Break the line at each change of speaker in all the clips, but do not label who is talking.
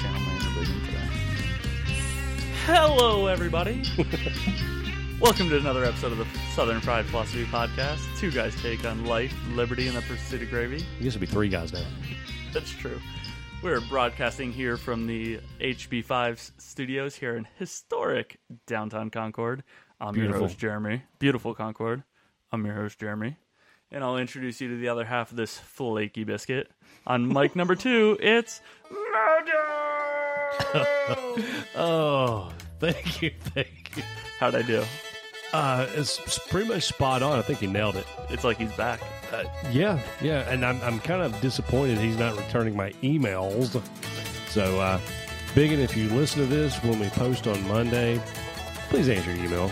leading to that.
Hello, everybody. Welcome to another episode of the Southern Fried Philosophy Podcast. Two guys take on life, liberty, and the pursuit of gravy.
I guess it'd be three guys now.
That's true. We're broadcasting here from the HB5 studios here in historic downtown Concord. I'm
Beautiful.
your host, Jeremy. Beautiful Concord. I'm your host, Jeremy. And I'll introduce you to the other half of this flaky biscuit. On mic number two, it's Murdo!
Oh, thank you, thank you.
How'd I do?
Uh, it's, it's pretty much spot on. I think you nailed it.
It's like he's back.
Uh, yeah, yeah. And I'm, I'm kind of disappointed he's not returning my emails. So, uh, Biggin, if you listen to this when we post on Monday, please answer your email.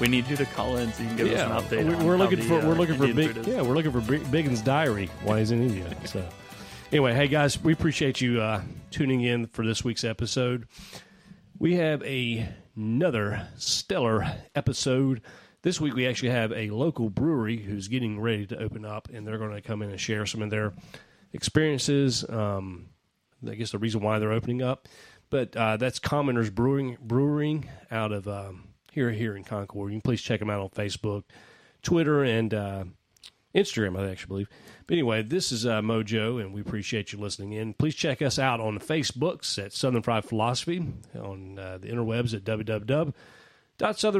We need you to call in so you can give
yeah,
us an update.
we-
on
we're
how
looking
the,
for
uh,
we're looking for
Indian
big.
food is.
Yeah, we're looking for Big- Biggin's diary while he's in India. So, anyway, hey guys, we appreciate you uh, tuning in for this week's episode. We have a, another stellar episode. This week, we actually have a local brewery who's getting ready to open up, and they're going to come in and share some of their experiences. Um, I guess the reason why they're opening up, but uh, that's Commoners Brewing Brewing out of um, here here in Concord. You can please check them out on Facebook, Twitter, and uh, Instagram, I actually believe. But anyway, this is uh, Mojo, and we appreciate you listening in. Please check us out on the Facebooks at Southern Fried Philosophy, on uh, the interwebs at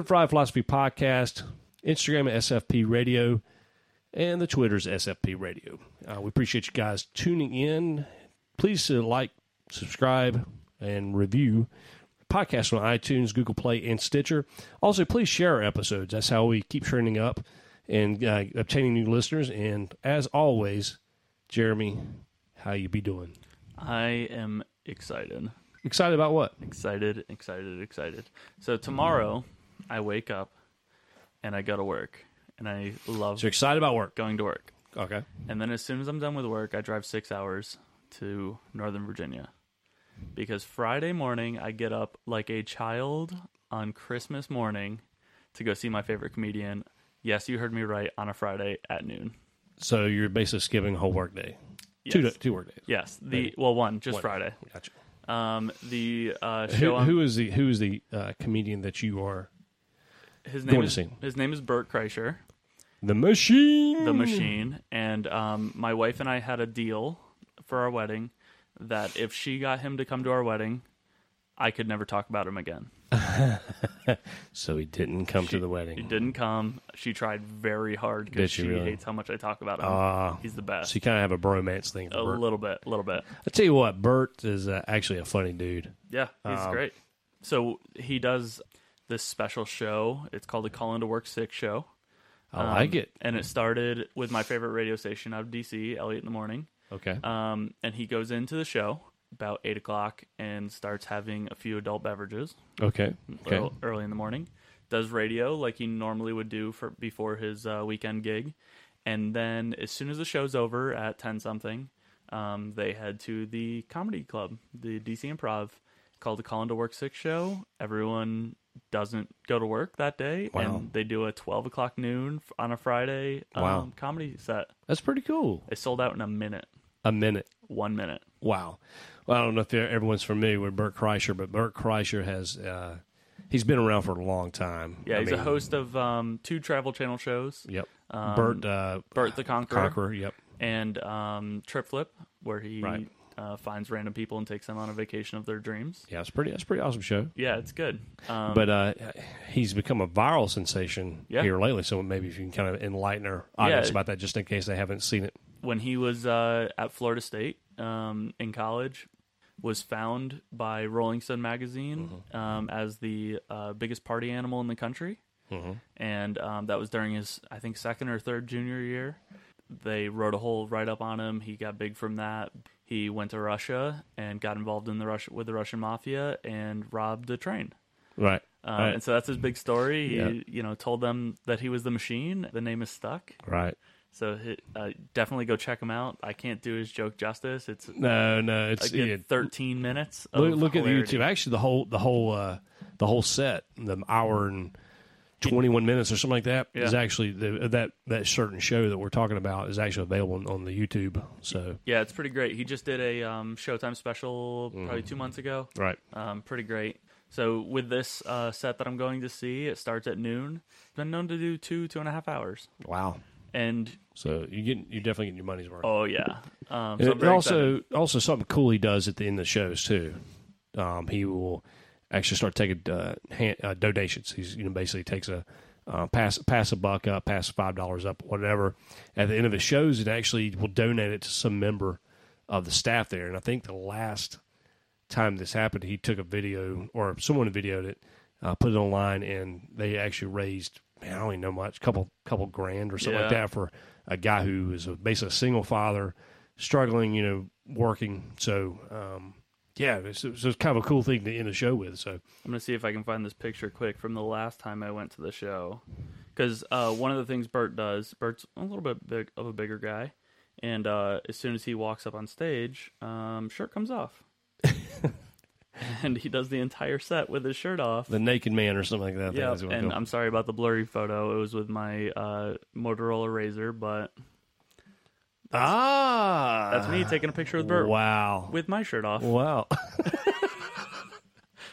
www.southernfriedphilosophypodcast, Instagram at SFP Radio, and the Twitter's SFP Radio. Uh, we appreciate you guys tuning in. Please uh, like, subscribe, and review podcasts on iTunes, Google Play, and Stitcher. Also, please share our episodes. That's how we keep trending up and uh, obtaining new listeners. And as always, Jeremy, how you be doing?
I am excited,
Excited about what?
excited, excited, excited. So tomorrow, I wake up and I go to work, and I love
So excited about work.
going to work.
Okay.
And then as soon as I'm done with work, I drive six hours to Northern Virginia because Friday morning I get up like a child on Christmas morning to go see my favorite comedian. Yes, you heard me right on a Friday at noon.
So you're basically skipping a whole work day. Two
Yes.
two work days.
Yes, the well one just
One.
Friday.
Gotcha.
Um, the uh, show
Who,
on,
who is the who is the uh, comedian that you are?
his
going
name
to
is,
see.
his name is Bert Kreischer,
The machine.
the machine, and um, my wife and I had a deal for our wedding that if she got him to come to our wedding, I could never talk about him again.
So he didn't come to the
He
wedding.
didn't come. She tried very hard
Did
because
she
she
really?
hates how much I talk about him.
Ah.
He's the best.
So you kind of have a bromance thing. For
a
Bert.
little bit, a little bit.
I tell you what, Bert is uh, actually a funny dude.
Yeah, he's
Um,
great. So he does this special show. It's called the Call Into Work Sick Show.
I
Um,
like it.
and it started with my favorite radio station out of DC, Elliot in the Morning.
Okay.
Um, and he goes into the show about eight o'clock and starts having a few adult beverages
okay. Okay.
earl- early in the morning. Does radio like he normally would do for before his uh, weekend gig, and then as soon as the show's over at ten something, um, they head to the comedy club, the DC Improv, called the Call Into Work Six Show. Everyone doesn't go to work that day,
Wow.
and they do a twelve o'clock noon f- on a Friday um,
Wow.
comedy set.
That's pretty cool.
It sold out in a minute,
A minute.
one minute.
Wow. Well, I don't know if everyone's familiar with Bert Kreischer, but Bert Kreischer has uh, he's been around for a long time.
Yeah,
I
he's a
mean,
host of um, two Travel Channel shows, um,
Yep. Bert. Uh,
Bert the Conqueror.
Conqueror. Yep.
and um, Trip Flip, where he
Right.
uh, finds random people and takes them on a vacation of their dreams.
Yeah, it's pretty. That's a pretty awesome show.
Yeah, it's good. Um,
But uh, he's become a viral sensation
Yeah.
here lately. So maybe if you can kind of enlighten our audience
Yeah.
about that, just in case they haven't seen it.
when he was uh, at Florida State um, in college, was found by Rolling Stone magazine
Mm-hmm.
um, as the uh, biggest party animal in the country,
Mm-hmm.
and um, that was during his I think second or third junior year. They wrote a whole write up on him. He got big from that. He went to Russia and got involved in the Russia with the Russian mafia and robbed a train.
Right.
Um,
right.
And so that's his big story. He,
Yeah.
you know, told them that he was the machine. The name is stuck.
right.
So he, uh, definitely go check him out. I can't do his joke justice. It's
No, no. It's
a good
it-
13 minutes. Of
look, look at the
hilarity.
YouTube. Actually, the whole the whole uh, the whole set, the hour and 21 minutes or something like that is
Yeah.
actually the, that that certain show that we're talking about is actually available on, on the YouTube. So
Yeah, it's pretty great. He just did a um, Showtime special probably
Mm-hmm.
two months ago.
right,
Um, pretty great. So with this uh, set that I'm going to see, it starts at noon. Been known to do two, two and a half hours.
wow.
And
So you get you definitely getting your money's worth.
oh yeah, um,
And
so I'm
it-
very excited.
also, also something cool he does at the end of the shows too. Um, he will actually start taking uh, hand, uh, donations. He's you know basically takes a uh, pass pass a buck up, pass five dollars up, whatever. At the end of his shows, it actually will donate it to some member of the staff there. And I think the last time this happened, he took a video or someone videoed it, uh, put it online, and they actually raised man, I don't even know much, couple couple grand or something like
Yeah.
that for a guy who is a, basically a single father, struggling, you know, working. So um, yeah, it's, it's just kind of a cool thing to end the show with. So
I'm gonna see if I can find this picture quick from the last time I went to the show, because uh, one of the things Bert does, Bert's a little bit big of a bigger guy, and uh, as soon as he walks up on stage, um, shirt comes off, and he does the entire set with his shirt off.
the naked man or something like that. I think
Yeah,
is what
and
it's
I'm sorry about the blurry photo. It was with my uh, Motorola Razor, but
called. ah,
that's me taking a picture with Bert
Wow,
with my shirt off.
wow.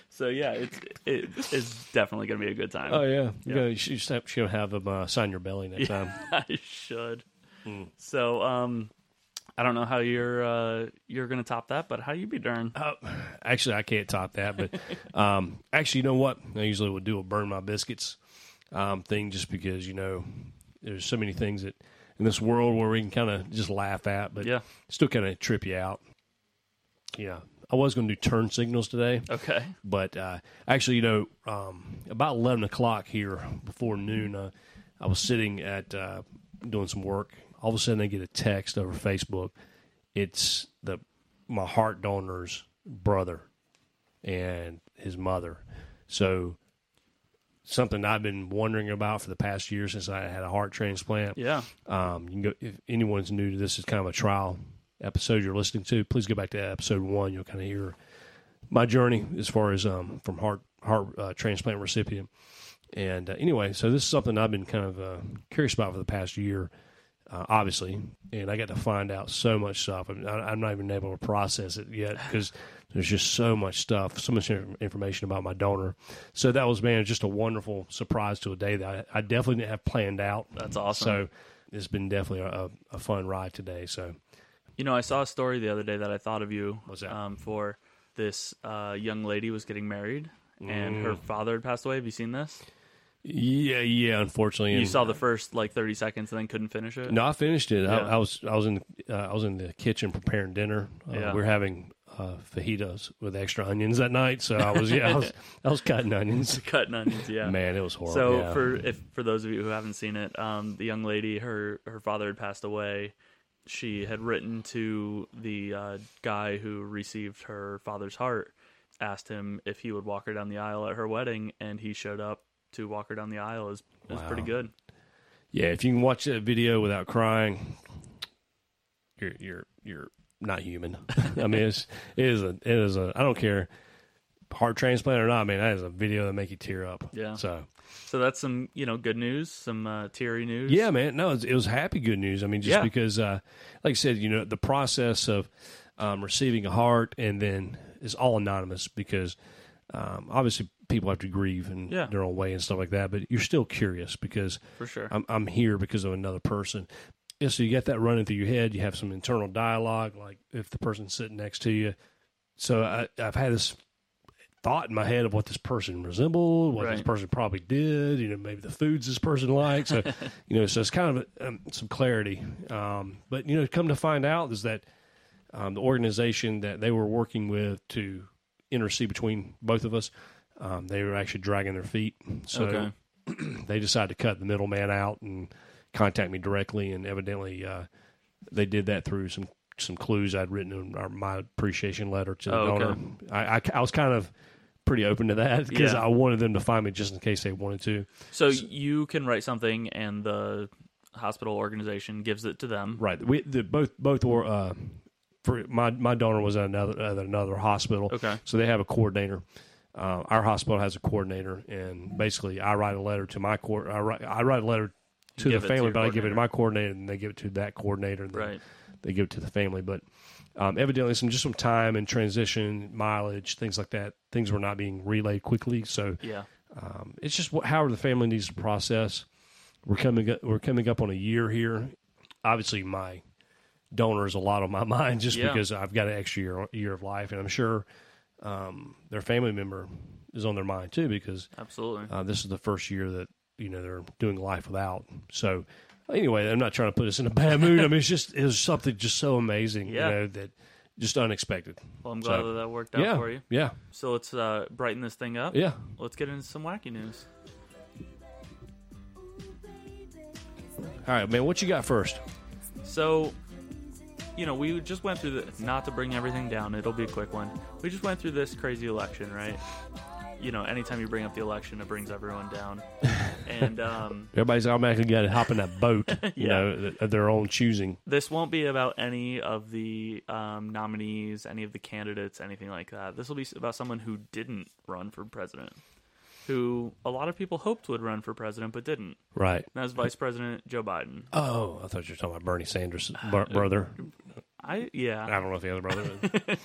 So yeah, it's it is definitely gonna be a good time.
Oh yeah, you know, you should, you should- she'll have them uh, sign your belly next time.
I should.
Hmm.
So, um, I don't know how you're uh, you're gonna top that, but how you be darn?
Uh, actually, I can't top that, but um, actually, you know what? I usually would do a burn my biscuits um, thing just because, you know, there's so many things that in this world where we can kind of just laugh at, but
Yeah.
still kind of trip you out. Yeah. I was going to do turn signals today,
Okay.
but uh, actually, you know, um, about 11 o'clock here before noon, uh, I was sitting at uh, doing some work. All of a sudden, I get a text over Facebook. It's the my heart donor's brother and his mother. So something I've been wondering about for the past year since I had a heart transplant.
Yeah.
Um, you can go if anyone's new to this is kind of a trial episode you're listening to. Please go back to episode one. You'll kind of hear my journey as far as um, from heart heart uh, transplant recipient. And uh, anyway, so this is something I've been kind of uh, curious about for the past year, uh, obviously. And I got to find out so much stuff. I'm, I- I'm not even able to process it yet because there's just so much stuff, so much in- information about my donor. So that was, man, just a wonderful surprise to a day that I, I definitely didn't have planned out.
That's awesome.
So it's been definitely a, a fun ride today. So
You know, I saw a story the other day that I thought of you.
What's that?
Um, for this uh, young lady was getting married, and her
Mm.
father had passed away. Have you seen this?
yeah, yeah. Unfortunately,
You
and-
saw the first like 30 seconds and then couldn't finish it.
No, I finished it.
Yeah.
I, I was I was in uh, I was in the kitchen preparing dinner. Uh,
Yeah.
We are having uh, fajitas with extra onions that night, so I was yeah I was, I was cutting onions.
Cutting onions. Yeah.
Man, it was horrible.
So
Yeah.
for if for those of you who haven't seen it, um, the young lady, her her father had passed away. She had written to the uh, guy who received her father's heart, asked him if he would walk her down the aisle at her wedding, and he showed up to walk her down the aisle. is is pretty good.
yeah, if you can watch that video without crying, you're you're you're not human. I mean, it's it is a it is a I don't care heart transplant or not. Man, that is a video that make you tear up.
Yeah.
So
So that's some you know good news, some uh, teary news.
Yeah, man. No, it was, it was happy good news. I mean, just
Yeah.
because, uh, like I said, you know, the process of um, receiving a heart and then is all anonymous because um, obviously people have to grieve in
Yeah.
their own way and stuff like that. But you're still curious because
for sure.
I'm, I'm here because of another person. Yeah, so you get that running through your head. You have some internal dialogue, like if the person's sitting next to you. So I, I've had this thought in my head of what this person resembled, what this
Right.
person probably did, you know, maybe the foods this person likes. So, you know, so it's kind of um, some clarity. Um, but, you know, come to find out is that um, the organization that they were working with to intercede between both of us, um, they were actually dragging their feet. So
okay.
they decided to cut the middleman out and contact me directly. And evidently, uh, they did that through some some clues I'd written in our, my appreciation letter to the
Oh,
donor.
okay.
I, I, I was kind of pretty open to that because
Yeah.
I wanted them to find me just in case they wanted to.
So you can write something, and the hospital organization gives it to them.
Right. We the, both both were. Uh, for my my donor was at another at another hospital.
Okay.
So they have a coordinator Uh, our hospital has a coordinator, and basically, I write a letter to my court. I write, I write a letter to
give it to
the family,
your
but I give it
coordinator.
to my coordinator, and they give it to that coordinator. And then
Right.
They give it to the family, but um, evidently, some just some time and transition, mileage, things like that. Things were not being relayed quickly, so
Yeah.
um, it's just what, however the family needs to process. We're coming up, we're coming up on a year here. Obviously, my donor is a lot on my mind just
Yeah.
because I've got an extra year year of life, and I'm sure um, their family member is on their mind too because
Absolutely.
uh, this is the first year that you know they're doing life without. So anyway, I'm not trying to put us in a bad mood. I mean, it's just it was something just so amazing,
Yeah.
you know, that just unexpected.
Well, I'm glad
so-
that that worked out
Yeah,
for you.
yeah,
So let's uh, brighten this thing up.
yeah.
Let's get into some wacky news.
All right, man, what you got first?
So, you know, we just went through the, not to bring everything down, it'll be a quick one. We just went through this crazy election, right? You know, anytime you bring up the election, it brings everyone down. And um,
Everybody's automatically got to hop in that boat,
Yeah.
you know, th- of their own choosing.
this won't be about any of the um, nominees, any of the candidates, anything like that. This will be about someone who didn't run for president, who a lot of people hoped would run for president but didn't.
Right.
And that was Vice President Joe Biden.
Oh, I thought you were talking about Bernie Sanders'
Uh,
br- brother.
I yeah.
I don't know if the other brother.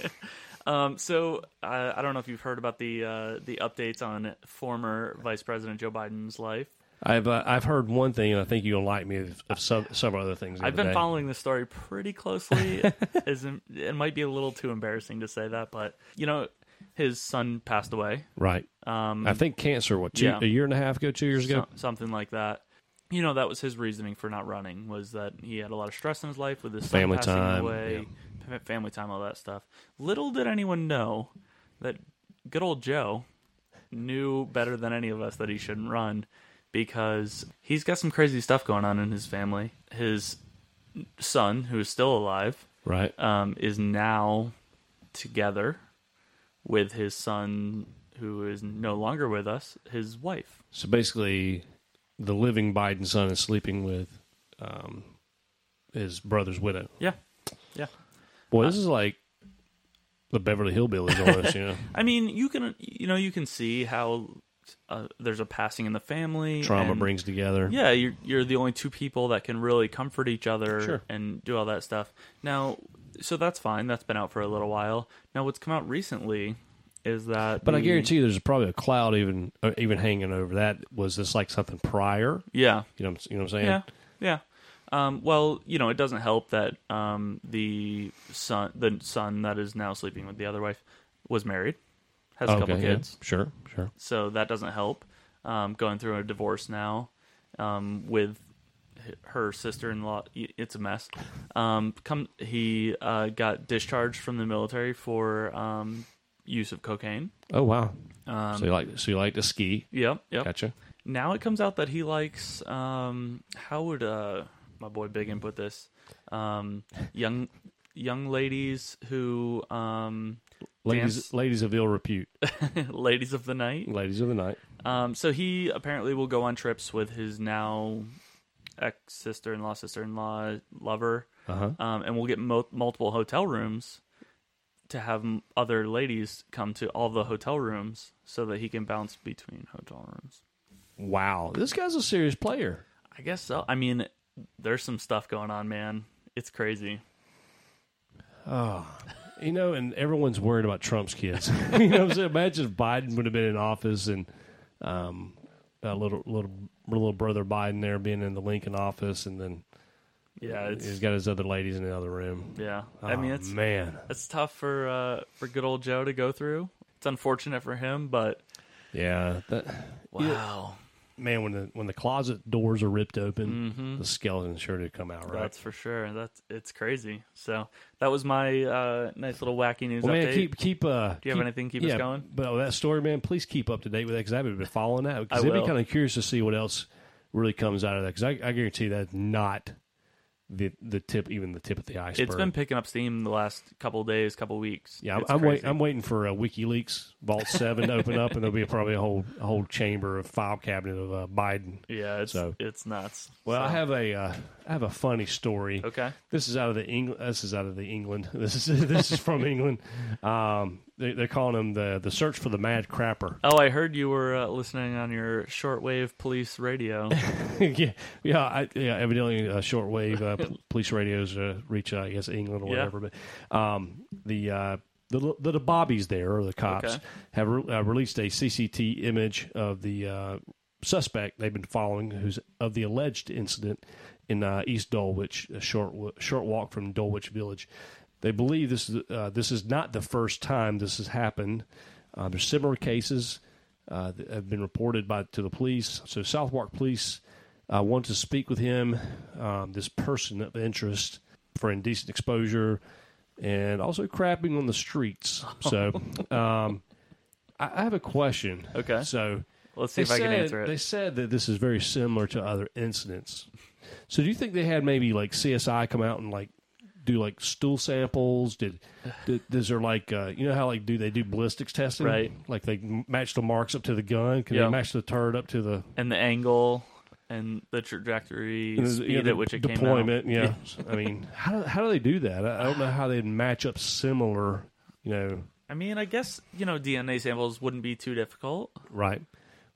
Um, so uh, I don't know if you've heard about the uh, the updates on former Vice President Joe Biden's life.
I've uh, I've heard one thing, and I think you'll like me of, of some, several other things. the
Uh, I've
other
been
day.
following this story pretty closely. Isn't it might be a little too embarrassing to say that, but you know, his son passed away,
Right.
um,
I think cancer. What? Two,
yeah.
A year and a half ago, two years ago.
so- something like that. You know, that was his reasoning for not running was that he had a lot of stress in his life with his son
Family
passing
time,
away, fa- family time, all that stuff. Little did anyone know that good old Joe knew better than any of us that he shouldn't run because he's got some crazy stuff going on in his family. His son, who is still alive,
Right.
um, is now together with his son, who is no longer with us, his wife.
So basically, the living Biden son is sleeping with um, his brother's widow.
Yeah. Yeah.
Boy,
Uh,
this is like the Beverly Hillbillies almost. you know,
I mean, you can you know you can see how uh, there's a passing in the family.
trauma
and-
brings together.
Yeah, you're you're the only two people that can really comfort each other
Sure.
and do all that stuff. Now, so that's fine. That's been out for a little while. Now, what's come out recently is that.
But I
the-
guarantee you, there's probably a cloud even uh, even hanging over that. Was this like something prior?
Yeah.
You know, what I'm- you know what I'm saying?
Yeah, yeah. Um, well, you know, it doesn't help that um, the son, the son that is now sleeping with the other wife, was married, has a couple
Okay, yeah.
kids,
Sure, sure.
so that doesn't help. Um, going through a divorce now um, with h- her sister-in-law, y- it's a mess. Um, come, he uh, got discharged from the military for um, use of cocaine.
Oh wow.
Um,
so you like so you like to ski?
Yep, yep
Gotcha.
now it comes out that he likes um how would uh my boy Biggin put this um young young ladies who um
Ladies,
Dance.
ladies of ill repute,
ladies of the night
ladies of the night.
um so he apparently will go on trips with his now ex sister-in-law sister-in-law lover
Uh huh.
um and will get mo- multiple hotel rooms to have m- other ladies come to all the hotel rooms so that he can bounce between hotel rooms
Wow, this guy's a serious player.
I guess so. I mean, there's some stuff going on, man. It's crazy.
You know, and everyone's worried about Trump's kids. you know, what I'm saying? imagine if Biden would have been in office and um, a little little little brother Biden there being in the Lincoln office, and then
Yeah,
he's
it's
got his other ladies in the other room.
yeah. I mean,
Oh,
it's
man,
it's tough for uh for good old Joe to go through. It's unfortunate for him, but
yeah, that,
wow,
man. When the when the closet doors are ripped open, the skeleton sure did come out, right?
Mm-hmm. that's for sure. That's it's crazy. So that was my uh nice little wacky news
well,
update.
man, keep keep. Uh,
Do you have anything keep us going?
But oh, that story, man, please keep up to date with that because I've been following that because
I
I'd be
will.
kind of curious to see what else really comes out of that because I, I guarantee that's not the the tip, even the tip of the iceberg.
it's been picking up steam the last couple days, couple weeks.
yeah, I'm,
It's
I'm, wait,
crazy.
I'm waiting for uh, WikiLeaks Vault Seven to open up, and there'll be probably a whole a whole chamber of file cabinet of uh, Biden.
yeah, it's
So-
it's nuts.
Well, I
So-
have a uh, I have a funny story.
okay.
This is out of the England. This is out of the England. This is this is from England. Um, they- they're calling him the the search for the mad crapper.
Oh, I heard you were uh, listening on your shortwave police radio.
yeah, yeah, I, yeah. Evidently, uh, shortwave uh, p- police radios uh, reach, uh, I guess, England or
Yeah.
whatever. But um, the uh, the the, the bobbies there or the cops
Okay.
have re- uh, released a CCT image of the uh, suspect they've been following, who's of the alleged incident in uh, East Dulwich, a short wa- short walk from Dulwich Village. They believe this is uh, this is not the first time this has happened. Uh, there's similar cases uh, that have been reported by to the police. So Southwark Police uh, want to speak with him, um, this person of interest, for indecent exposure and also crapping on the streets. So, um, I, I have a question.
Okay.
So
Let's see if
they
I can
said-
answer it.
They said that this is very similar to other incidents. So, do you think they had maybe like CSI come out and like do like stool samples? Did, did is there like uh, you know how like do they do ballistics testing?
Right.
Like they m- match the marks up to the gun. Can
Yeah.
they match the turret up to the
and the angle and the trajectory
you know,
speed
the
at which it
deployment?
came out.
Yeah. I mean, how do, how do they do that? I, I don't know how they'd match up similar. You know,
I mean, I guess you know DNA samples wouldn't be too difficult.
Right.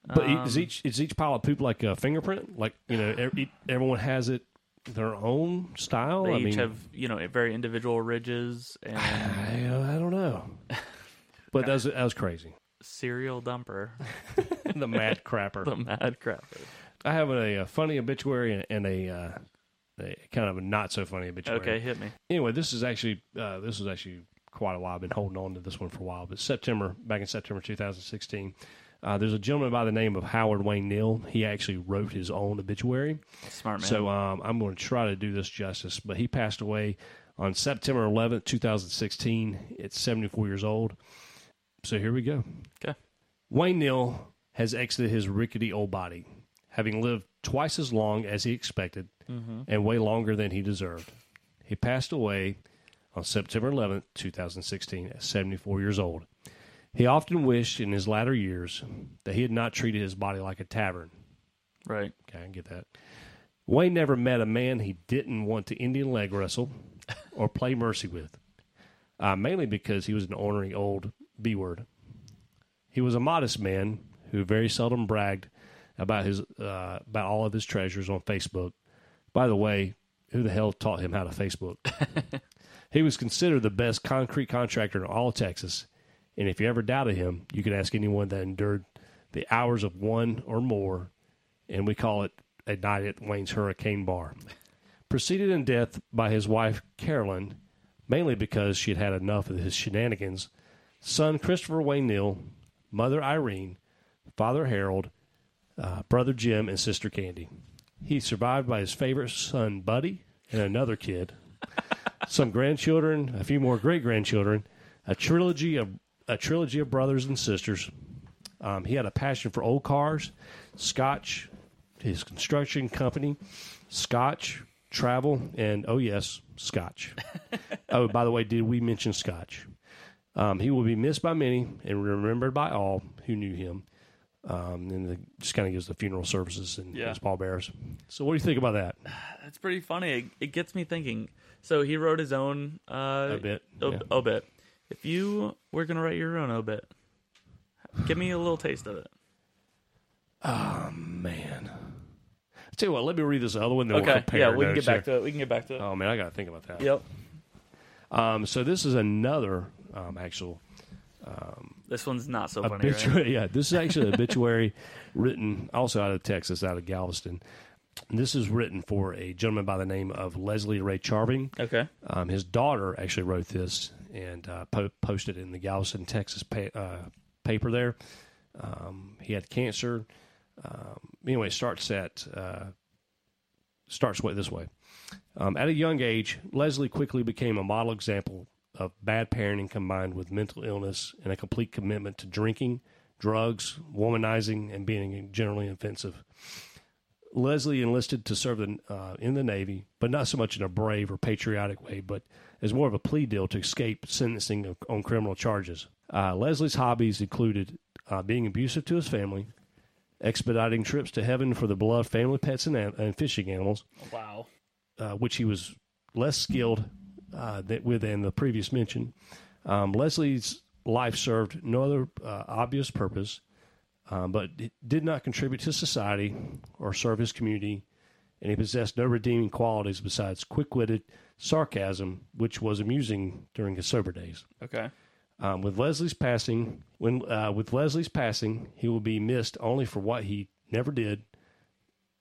But e-
Um,
is each is each pile of poop like a fingerprint? Like you know, ev- e everyone has it their own style.
They
I
each
mean,
have you know very individual ridges and
I, uh, I don't know. But that was, that was crazy.
serial dumper.
the mad crapper.
The mad crapper.
I have a, uh funny obituary and, and a, uh, a kind of a not so funny obituary.
Okay, hit me.
anyway, this is actually uh, this is actually quite a while. I've been holding on to this one for a while, but September back in September 2016, uh, there's a gentleman by the name of Howard Wayne Neal. He actually wrote his own obituary.
Smart man.
So um, I'm going to try to do this justice, but he passed away on September 11th, 2016, at 74 years old. So here we go.
okay.
Wayne Neal has exited his rickety old body, having lived twice as long as he expected and way longer than he deserved. He passed away on September 11th, 2016, at 74 years old. He often wished in his latter years that he had not treated his body like a tavern.
Right.
Okay, I can get that. Wayne never met a man he didn't want to Indian leg wrestle or play mercy with, uh, mainly because he was an ornery old B word. He was a modest man who very seldom bragged about his uh, about all of his treasures on Facebook. By the way, who the hell taught him how to Facebook? he was considered the best concrete contractor in all of Texas, and if you ever doubted him, you could ask anyone that endured the hours of one or more and we call it a night at Wayne's Hurricane Bar. Preceded in death by his wife, Carolyn, mainly because she had had enough of his shenanigans, son Christopher Wayne Neal, mother Irene, father Harold, uh, brother Jim, and sister Candy. He's survived by his favorite son, Buddy, and another kid, some grandchildren, a few more great grandchildren, a trilogy of a trilogy of brothers and sisters, um, he had a passion for old cars, Scotch, his construction company, Scotch, travel, and oh, yes, Scotch. oh, by the way, did we mention Scotch? Um, he will be missed by many and remembered by all who knew him. Um, and the, just kind of gives the funeral services and
Yeah.
his pallbearers. So, what do you think about that?
That's pretty funny. It, it gets me thinking. So he wrote his own uh,
Obit,
Ob-
yeah.
Obit. If you were gonna write your own obit, give me a little taste of it.
Man, I tell you what, let me read this other one. Then we'll
Okay.
compare
yeah, we can get
notes
back
here.
to it. We can get back to it.
Oh man, I gotta think about that.
Yep.
Um, so this is another um, actual
This one's not so funny. right?
obituary. Yeah, this is actually an obituary written also out of Texas, out of Galveston. This is written for a gentleman by the name of Leslie Ray Charving.
Okay.
Um, his daughter actually wrote this and uh, po- posted it in the Galveston, Texas pa- uh, paper there. Um, he had cancer. Um, anyway, starts at uh, starts way this way. Um, at a young age, Leslie quickly became a model example of bad parenting combined with mental illness and a complete commitment to drinking, drugs, womanizing, and being generally offensive. Leslie enlisted to serve the, uh, in the Navy, but not so much in a brave or patriotic way, but as more of a plea deal to escape sentencing of, on criminal charges. Uh, Leslie's hobbies included uh, being abusive to his family, expediting trips to heaven for the beloved family pets and, an- and fishing animals,
Wow.
uh, which he was less skilled uh, that with than the previous mention. Um, Leslie's life served no other uh, obvious purpose, um, but it did not contribute to society or serve his community, and he possessed no redeeming qualities besides quick witted sarcasm, which was amusing during his sober days.
Okay.
Um, with Leslie's passing, when uh, with Leslie's passing, he will be missed only for what he never did,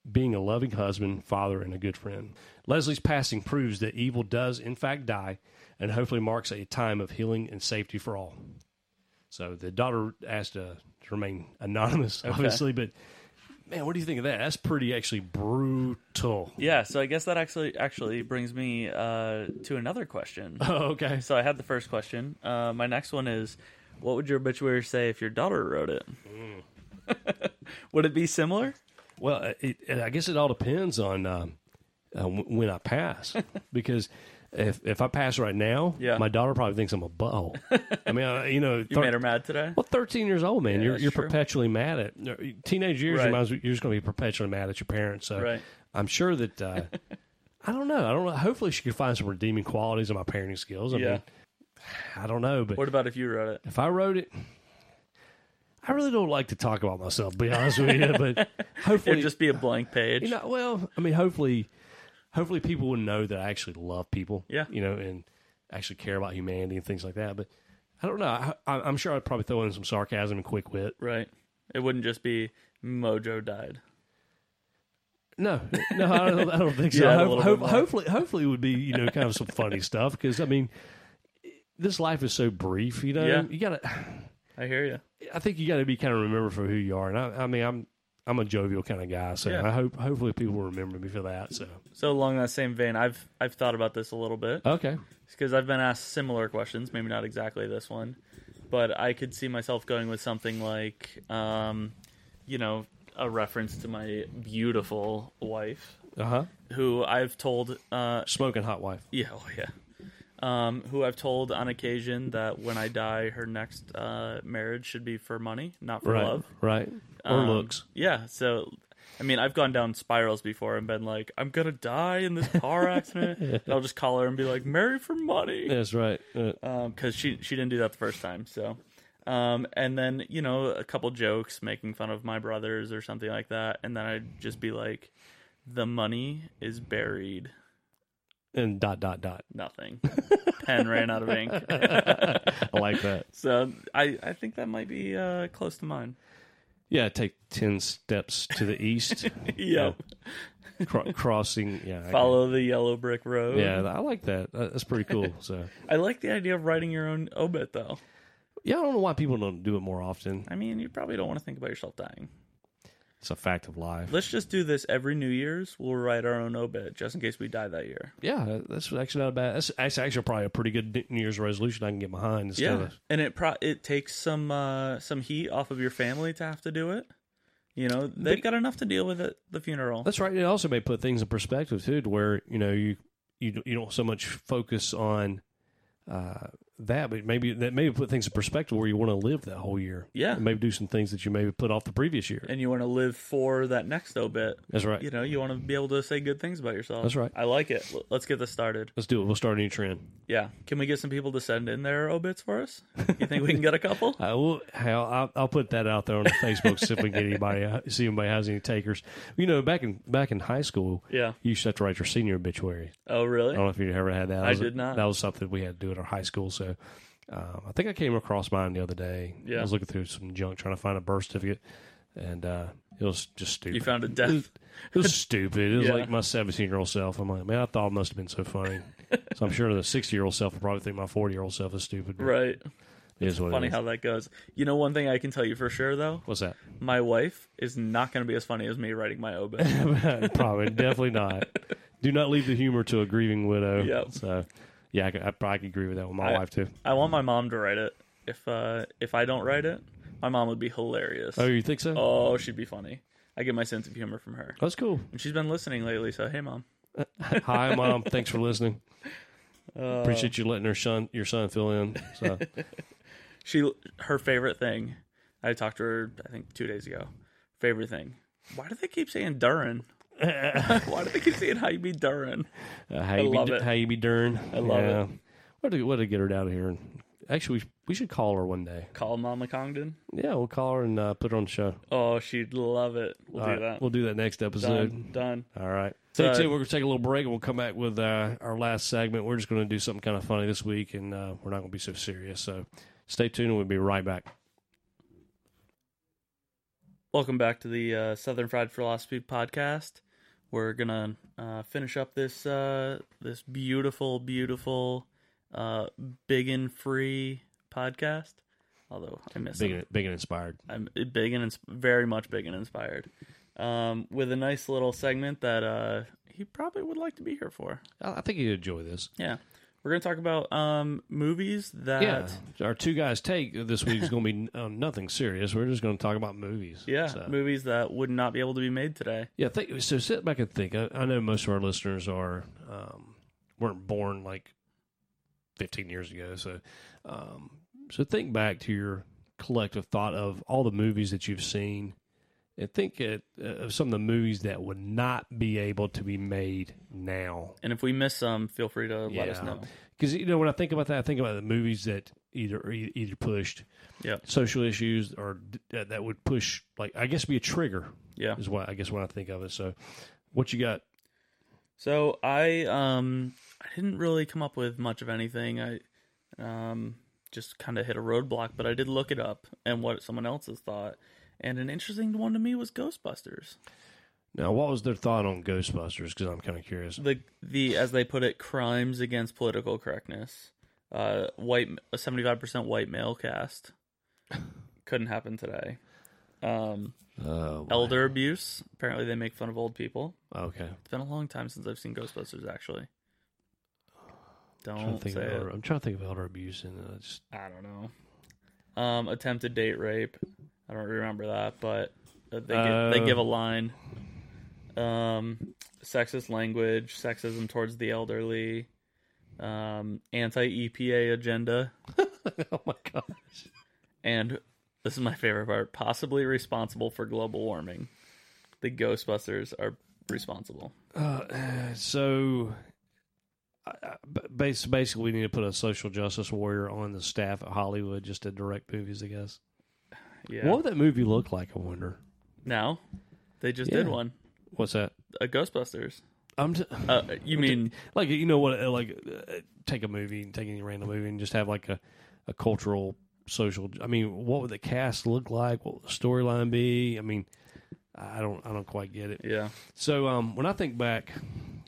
being a loving husband, father, and a good friend. Leslie's passing proves that evil does in fact die, and hopefully marks a time of healing and safety for all. So the daughter asked to, to remain anonymous, obviously, but man, what do you think of that? That's pretty actually brutal.
Yeah. So I guess that actually actually brings me uh, to another question.
Oh, okay.
So I had the first question. Uh, my next one is, what would your obituary say if your daughter wrote it?
Mm.
would it be similar?
Well, uh, it, it, I guess it all depends on um, uh, w- when I pass, because if if I pass right now,
Yeah.
my daughter probably thinks I'm a butthole. I mean, I, you know,
You made her mad today.
well, 13 years old, man, you're
that's
you're
true.
perpetually mad at uh, teenage years.
Right.
You might as well, you're just going to be perpetually mad at your parents. So
Right.
I'm sure that uh, I don't know. I don't know. Hopefully, she can find some redeeming qualities in my parenting skills. I
Yeah.
mean, I don't know, but
What about if you wrote it?
if I wrote it. I really don't like to talk about myself, to be honest with you, but hopefully
It'd just be a blank page.
you know, well, I mean, hopefully, hopefully people will know that I actually love people.
Yeah.
You know, and actually care about humanity and things like that. But I don't know. I, I, I'm sure I'd probably throw in some sarcasm and quick wit.
right. It wouldn't just be Mojo died.
No, no, I don't, I don't think so.
Yeah, a
Ho-
little
ho-
bit more.
hopefully, hopefully, it would be you know kind of some funny stuff because I mean, this life is so brief. You know,
Yeah.
you gotta.
I hear you.
I think you got to be kind of remembered for who you are. And I, I mean, I'm I'm a jovial kind of guy, so
Yeah.
I hope hopefully people will remember me for that. So
So along that same vein, I've I've thought about this a little bit
okay,
because I've been asked similar questions, maybe not exactly this one, but I could see myself going with something like, um, you know, a reference to my beautiful wife,
uh huh.
who I've told, uh,
Smoking hot wife.
yeah, oh yeah, um, who I've told on occasion that when I die, her next uh, marriage should be for money, not for
right,
love.
right, or
Um,
looks.
Yeah. So, I mean, I've gone down spirals before and been like, I'm going to die in this car accident. and I'll just call her and be like, marry for money.
That's right. Uh,
Because Um, she, she didn't do that the first time. So, um, and then, you know, a couple jokes making fun of my brothers or something like that. And then I'd just be like, the money is buried.
and dot dot dot.
Nothing. Pen ran out of ink.
I like that.
so I, I think that might be uh, close to mine.
Yeah, take ten steps to the east.
Yeah.
Yeah. Cro- crossing. Yeah, I-
Follow the yellow brick road.
Yeah, I like that. That- That's pretty cool. So,
I like the idea of writing your own obit, though.
yeah, I don't know why people don't do it more often.
I mean, you probably don't want to think about yourself dying.
It's a fact of life.
Let's just do this every New Year's. We'll write our own obit just in case we die that year.
Yeah, that's actually not a bad. That's, that's actually probably a pretty good New Year's resolution I can get behind. Instead
Yeah,
of,
and it pro- it takes some uh, some heat off of your family to have to do it. You know, they've got enough to deal with at the funeral.
that's right. It also may put things in perspective too, to where you know you you you don't so much focus on uh, that, but maybe that maybe put things in perspective where you want to live that whole year.
Yeah.
and maybe do some things that you maybe put off the previous year.
And you want to live for that next obit.
That's right.
You know, you want to be able to say good things about yourself.
That's right.
I like it. L- Let's get this started.
Let's do it. We'll start a new trend.
Yeah. Can we get some people to send in their obits for us? You think we can get a couple?
I will. I'll, I'll- I'll put that out there on the Facebook see if we can get anybody, uh, see if anybody has any takers. You know, back in back in high school,
Yeah.
you used to have to write your senior obituary.
Oh, really?
I don't know if you ever had that. that
I
was a-
did not.
That was something we had to do at our high school. So, um, I think I came across mine the other day.
Yeah.
I was looking through some junk trying to find a birth certificate, and uh, it was just stupid.
You found a
It
death.
was, it was stupid. It was
Yeah.
like my 17 year old self. I'm like, man, I thought it must have been so funny. so I'm sure the 60 year old self will probably think my 40 year old self is stupid. but
Right.
It is what
funny
it is.
how that goes. You know, one thing I can tell you for sure though,
What's that?
my wife is not going to be as funny as me writing my obit.
Uh, probably definitely not. Do not leave the humor to a grieving widow.
Yep.
So, yeah, I, could, I probably could agree with that with my
I-
wife too.
I want my mom to write it. If uh, if I don't write it, my mom would be hilarious.
Oh, you think so?
Oh, she'd be funny. I get my sense of humor from her,
That's cool.
and she's been listening lately. So hey, mom.
Hi, mom. Thanks for listening.
Uh,
Appreciate you letting her son, your son, fill in. So,
She her favorite thing. I talked to her. I think two days ago. Favorite thing. Why do they keep saying Durin? Why do they keep saying how you be Durin?
uh, how you
love
be,
it.
how you be darn? I
love
it. What to what to get her down here and Actually, we, sh- we should call her one day.
Call Mama Congdon.
Yeah, we'll call her and uh, put her on the show.
Oh, she'd love it. We'll
All
do
right,
that.
We'll do that next episode.
done. Done.
All right. Stay
So-
tuned. We're going to take a little break and we'll come back with uh, our last segment. We're just going to do something kind of funny this week and uh, we're not going to be so serious. So stay tuned and we'll be right back.
Welcome back to the uh, Southern Fried Philosophy podcast. We're gonna uh, finish up this uh, this beautiful, beautiful, uh, big and free podcast. Although I miss
Big
it.
and, big and inspired.
I'm big and ins- very much big and inspired. Um, with a nice little segment that uh, he probably would like to be here for.
I I think you'd enjoy this.
Yeah, we're gonna talk about um, movies that.
Yeah. Our two guys take this week is going to be uh, nothing serious. We're just going to talk about movies.
Yeah,
So-
movies that would not be able to be made today.
Yeah, think, so sit back and think. I, I know most of our listeners are um, weren't born like 15 years ago, so um, so think back to your collective thought of all the movies that you've seen, and think at, uh, of some of the movies that would not be able to be made now.
And if we miss some, feel free to let us
Yeah.
know.
Because you know, when I think about that, I think about the movies that either are e- either pushed
Yeah.
social issues or d- that that would push like I guess be a trigger
Yeah.
is what I guess when I think of it. So, what you got?
So I um I didn't really come up with much of anything. I um just kind of hit a roadblock, but I did look it up and what someone else's thought. And an interesting one to me was Ghostbusters.
Now, what was their thought on Ghostbusters? Because I'm kind of curious.
The the as they put it, crimes against political correctness. Uh, white a 75% white male cast couldn't happen today. Um,
Oh,
elder abuse. Apparently, they make fun of old people.
okay.
It's been a long time since I've seen Ghostbusters. Actually,
I'm trying,
don't
to think
say
of
it.
elder, I'm trying to think of elder abuse, and uh, just
I don't know. Um, attempted date rape. I don't remember that, but uh, they gi-
Oh.
they give a line. Um, sexist language, sexism towards the elderly, um, anti EPA agenda,
oh my gosh,
and this is my favorite part: possibly responsible for global warming. The Ghostbusters are responsible.
uh, so I- I- ba- bas- basically, we need to put a social justice warrior on the staff at Hollywood just to direct movies. I guess.
Yeah.
What would that movie look like? I wonder.
Now, they just did
Yeah.
one.
What's that?
A Ghostbusters.
I'm t-
Uh, you mean
like you know what? uh, Like uh, take a movie and take any random movie and just have like a, a cultural social. I mean, what would the cast look like? What would the storyline be? I mean, I don't I don't quite get it.
yeah?
So um, when I think back,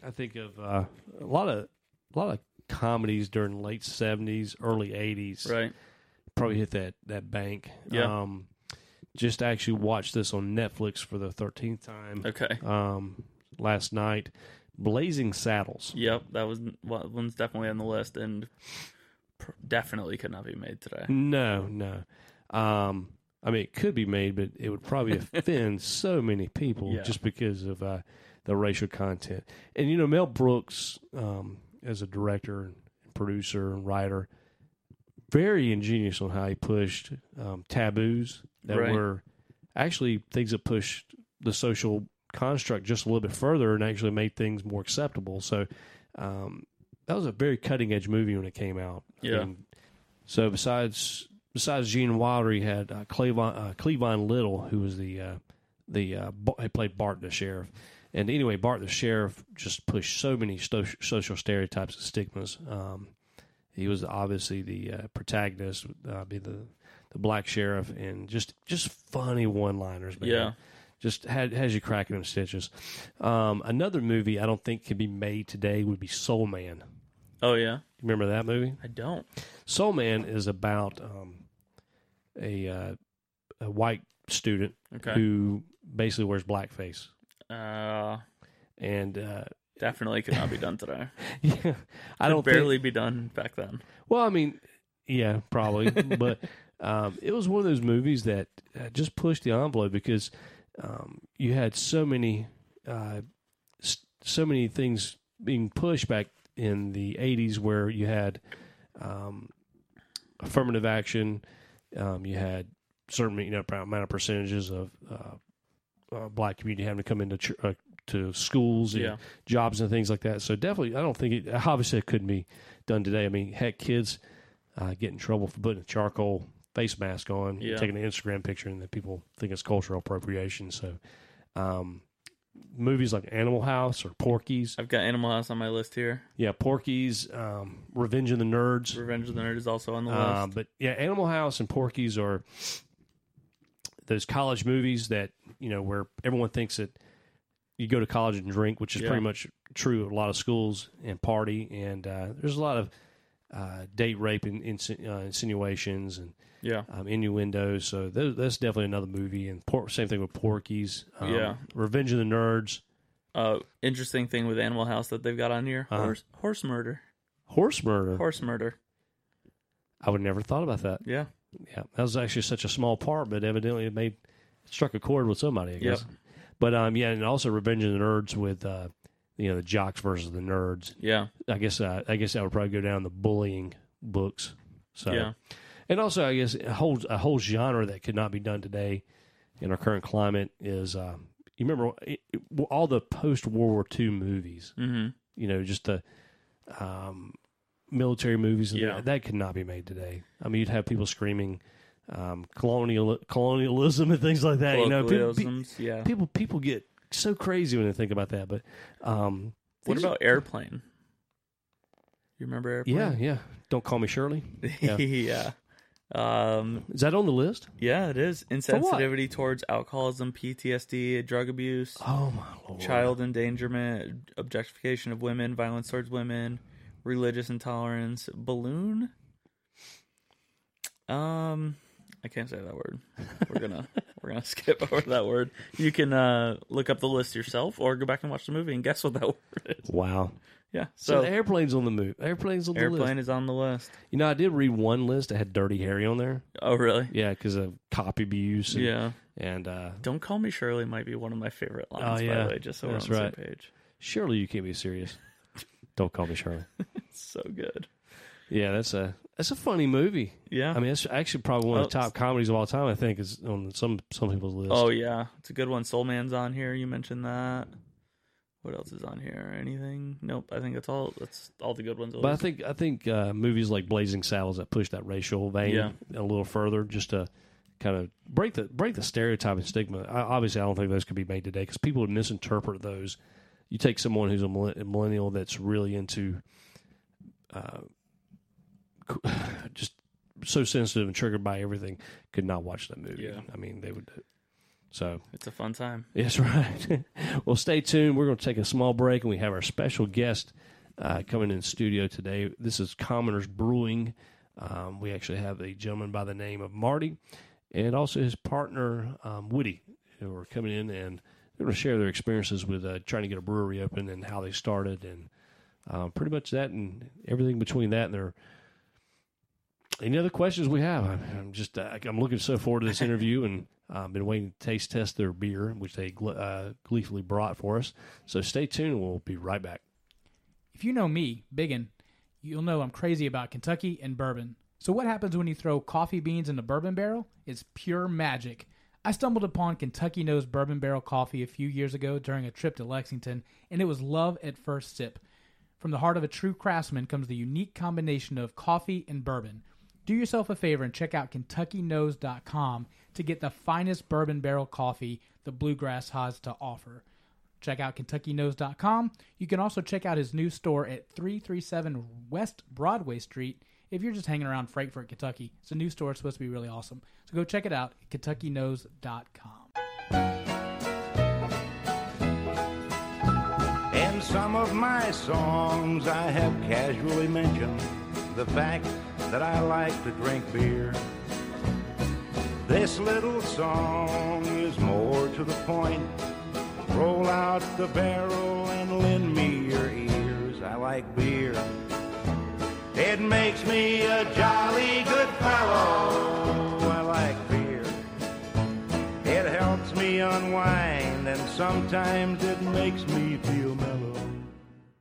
I think of uh, a lot of a lot of comedies during late seventies, early eighties.
Right.
Probably hit that that bank.
Yeah.
Um, just actually watched this on Netflix for the thirteenth time.
Okay.
Um, last night, Blazing Saddles.
Yep, that was well, one's definitely on the list, and pr- definitely could not be made today.
No, no. Um, I mean, it could be made, but it would probably offend so many people
Yeah.
just because of uh, the racial content. And you know, Mel Brooks, um, as a director, producer, and writer, very ingenious on how he pushed um, taboos that
Right.
were actually things that pushed the social construct just a little bit further and actually made things more acceptable. So um, that was a very cutting edge movie when it came out. I
Yeah.
mean, so besides besides Gene Wilder, he had uh, Cleavon uh, Cleavon Little, who was the uh, the uh, Bar- he played Bart the sheriff. And anyway, Bart the sheriff just pushed so many sto- social stereotypes and stigmas. Um, he was obviously the uh, protagonist, uh, be the the black sheriff, and just just funny one liners.
Yeah.
just had has you cracking in stitches. Um, another movie I don't think could be made today would be Soul Man.
Oh yeah,
You remember that movie?
I don't.
Soul Man is about um, a uh, a white student
Okay,
who basically wears blackface,
uh,
and uh,
definitely could not be done today.
yeah, I
Could
don't think-
barely be done back then.
Well, I mean, yeah, probably, but um, it was one of those movies that uh, just pushed the envelope because um, you had so many, uh, s- so many things being pushed back in the '80s, where you had um, affirmative action, um, you had certain you know amount of percentages of uh, uh, black community having to come into ch- uh, to schools and
Yeah,
jobs and things like that. So definitely, I don't think it, obviously it couldn't be done today. I mean, heck, kids I get in trouble for putting a charcoal face mask on,
Yeah.
taking an Instagram picture, and that people think it's cultural appropriation. So, um, movies like Animal House or Porky's,
I've got Animal House on my list here.
yeah, Porky's, um, Revenge of the Nerds,
Revenge of the Nerd is also on the
uh,
list.
but yeah, Animal House and Porky's are those college movies that you know where everyone thinks that you go to college and drink, which is
Yeah.
pretty much true at a lot of schools and party. And uh, there's a lot of uh, date rape and insin- uh, insinuations and
Yeah.
um, innuendos. So th- that's definitely another movie. And por- same thing with Porky's. Um,
Yeah.
Revenge of the Nerds.
Uh, interesting thing with Animal House that they've got on here
Uh-huh.
horse horse murder.
Horse murder.
Horse murder.
I would never thought about that.
Yeah.
Yeah, that was actually such a small part, but evidently it made struck a chord with somebody. I
Yep.
guess. But um, yeah, and also Revenge of the Nerds with uh, you know the jocks versus the nerds.
Yeah.
I guess uh, I guess that would probably go down the bullying books. So
Yeah.
and also I guess a whole a whole genre that could not be done today in our current climate is um, you remember it, it- all the post World War II movies.
Mm-hmm.
You know, just the um, military movies. and
Yeah.
that, that could not be made today. I mean, you'd have people screaming um, colonial colonialism and things like that. You know, people, pe-
Colloquialisms, yeah.
people people get so crazy when they think about that. But um,
What
these-
about airplane? You remember airplane?
yeah, yeah. Don't call me Shirley. Yeah.
yeah. Um,
Is that on the list?
yeah, it is.
what?
Insensitivity towards alcoholism, PTSD, drug abuse,
Oh my lord!
child endangerment, objectification of women, violence towards women, religious intolerance, balloon. Um, I can't say that word. We're gonna we're gonna skip over that word. You can uh, look up the list yourself, or go back and watch the movie and guess what that word is.
Wow.
Yeah.
So,
So,
airplanes on the move. Airplanes on the
airplane
list.
is on the list.
You know, I did read one list that had Dirty Harry on there.
Oh, really?
Yeah, because of copy abuse. And,
Yeah.
And uh,
Don't call me Shirley might be one of my favorite lines.
Oh,
By
yeah.
the way, just so we're on
That's
the same
right.
page.
surely you can't be serious. Don't call me Shirley.
It's so good.
Yeah, that's a that's a funny movie.
Yeah.
I mean, it's actually probably one of the
Oh,
top comedies of all time. I think is on some some people's list.
oh yeah, it's a good one. Soul Man's on here. You mentioned that. What else is on here? Anything? Nope. I think that's all. That's all the good ones. at
but I
least.
think I think uh, movies like Blazing Saddles that push that racial vein
Yeah.
a little further, just to kind of break the break the stereotype and stigma. I, obviously, I don't think those could be made today because people would misinterpret those. You take someone who's a millen- a millennial that's really into uh, c- just so sensitive and triggered by everything, could not watch that movie.
Yeah.
I mean, they would. So
it's a fun time.
That's right. well, stay tuned. We're going to take a small break, and we have our special guest uh, coming in studio today. This is Commoners Brewing. Um, we actually have a gentleman by the name of Marty, and also his partner um, Woody, who are coming in and they're going to share their experiences with uh, trying to get a brewery open and how they started, and um, pretty much that and everything between that and their. Any other questions we have? I'm, I'm just uh, I'm looking so forward to this interview, and I've uh, been waiting to taste test their beer, which they gl- uh, gleefully brought for us. So stay tuned. We'll be right back.
If you know me, Biggin, you'll know I'm crazy about Kentucky and bourbon. So what happens when you throw coffee beans in the bourbon barrel? It's pure magic. I stumbled upon Kentucky Nose Bourbon Barrel Coffee a few years ago during a trip to Lexington, and it was love at first sip. From the heart of a true craftsman comes the unique combination of coffee and bourbon. Do yourself a favor and check out KentuckyNose.com to get the finest bourbon barrel coffee the Bluegrass has to offer. Check out KentuckyKnowes.com. You can also check out his new store at 337 West Broadway Street if you're just hanging around Frankfort, Kentucky. It's a new store, it's supposed to be really awesome. So go check it out at KentuckyKnowes.com.
In some of my songs, I have casually mentioned the fact that I like to drink beer. This little song is more to the point. Roll out the barrel and lend me your ears. I like beer. It makes me a jolly good fellow. I like beer. It helps me unwind, and sometimes it makes me feel mellow.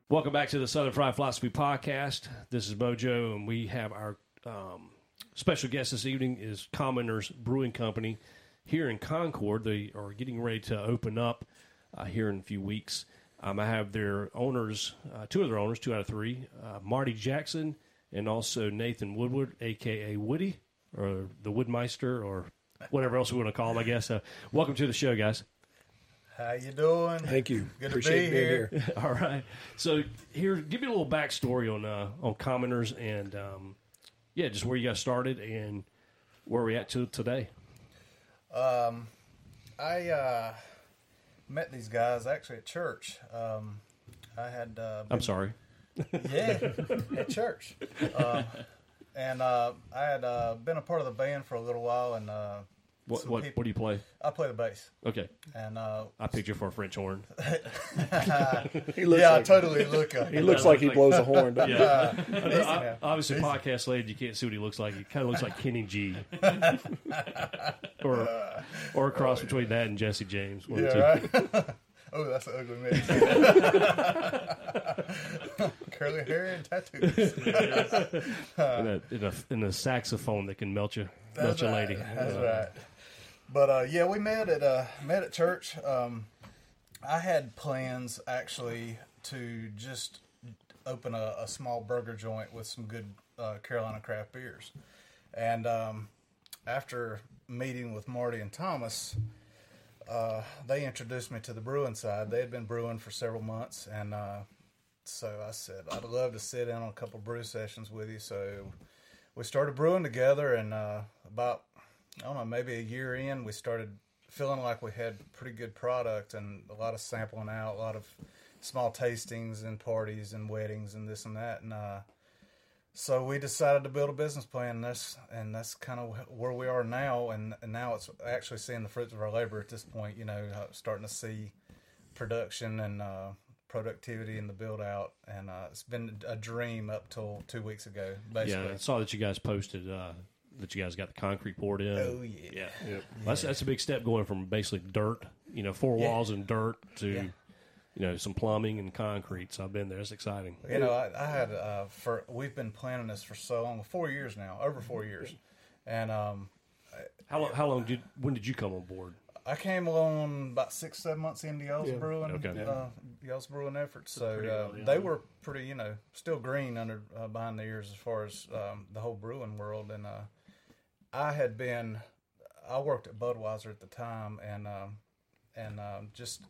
Welcome back to the Southern Fried Philosophy Podcast. This is Mojo, and we have our um, special guest this evening is Commoners Brewing Company here in Concord. They are getting ready to open up uh, here in a few weeks. Um, I have their owners, uh, two of their owners, two out of three, uh, Marty Jackson and also Nathan Woodward, aka Woody, or the Woodmeister, or whatever else we want to call him. I guess. Uh, welcome to the show, guys.
How you doing?
Thank you.
Good
Appreciate
to be
being
here.
here.
All right. So here, give me a little backstory on uh, on commenters and um, yeah, just where you guys started and where we at to today.
I uh, met these guys actually at church. Um, I had uh,
I'm sorry.
yeah at church, uh, and uh, I had uh, been a part of the band for a little while, and uh,
What
some
what
people-
what do you play?
I play the bass,
Okay,
and uh,
I picked you for a French horn.
He looks
yeah, I
like
totally look up.
he looks like he blows a horn. doesn't he?
Uh, obviously, podcast land, you can't see what he looks like. He kind of looks like Kenny G, or or a cross
Oh,
between that and Jesse James. one of the
Yeah,
two.
right. oh, that's an ugly mix. Curly hair and tattoos.
and, a, and, a, and a saxophone that can melt you, melt
That's
your
right.
lady. Uh,
That's right. But uh, yeah, we met at uh, met at church. Um, I had plans actually to just open a, a small burger joint with some good uh, Carolina craft beers, and um, after meeting with Marty and Thomas, uh, they introduced me to the brewing side. They had been brewing for several months, and uh, so I said I'd love to sit in on a couple brew sessions with you. So we started brewing together and uh, about i don't know maybe a year in we started feeling like we had pretty good product and a lot of sampling out a lot of small tastings and parties and weddings and this and that and uh, so we decided to build a business plan and that's and that's kind of where we are now and, and now it's actually seeing the fruits of our labor at this point you know uh, starting to see production and uh, productivity and the build out and uh, it's been a dream up till two weeks ago basically
Yeah, I saw that you guys posted uh, that you guys got the concrete poured in.
Oh yeah.
Yeah, That's, that's a big step going from basically dirt, you know, four walls and dirt to,
Yeah.
you know, some plumbing and concrete. So I've been there. It's exciting.
You know, I, I had uh, for we've been planning this for so long, four years now, over
Mm-hmm.
four years, and um,
How long? How long did? When did you come on board?
I came along about six, seven months into y'all's brewing,
Okay. Yeah.
uh, y'all's brewing efforts. So uh, they were pretty, you know, still green under uh, behind the ears as far as um, the whole brewing world, and uh, I had been, I worked at Budweiser at the time, and um, and um, just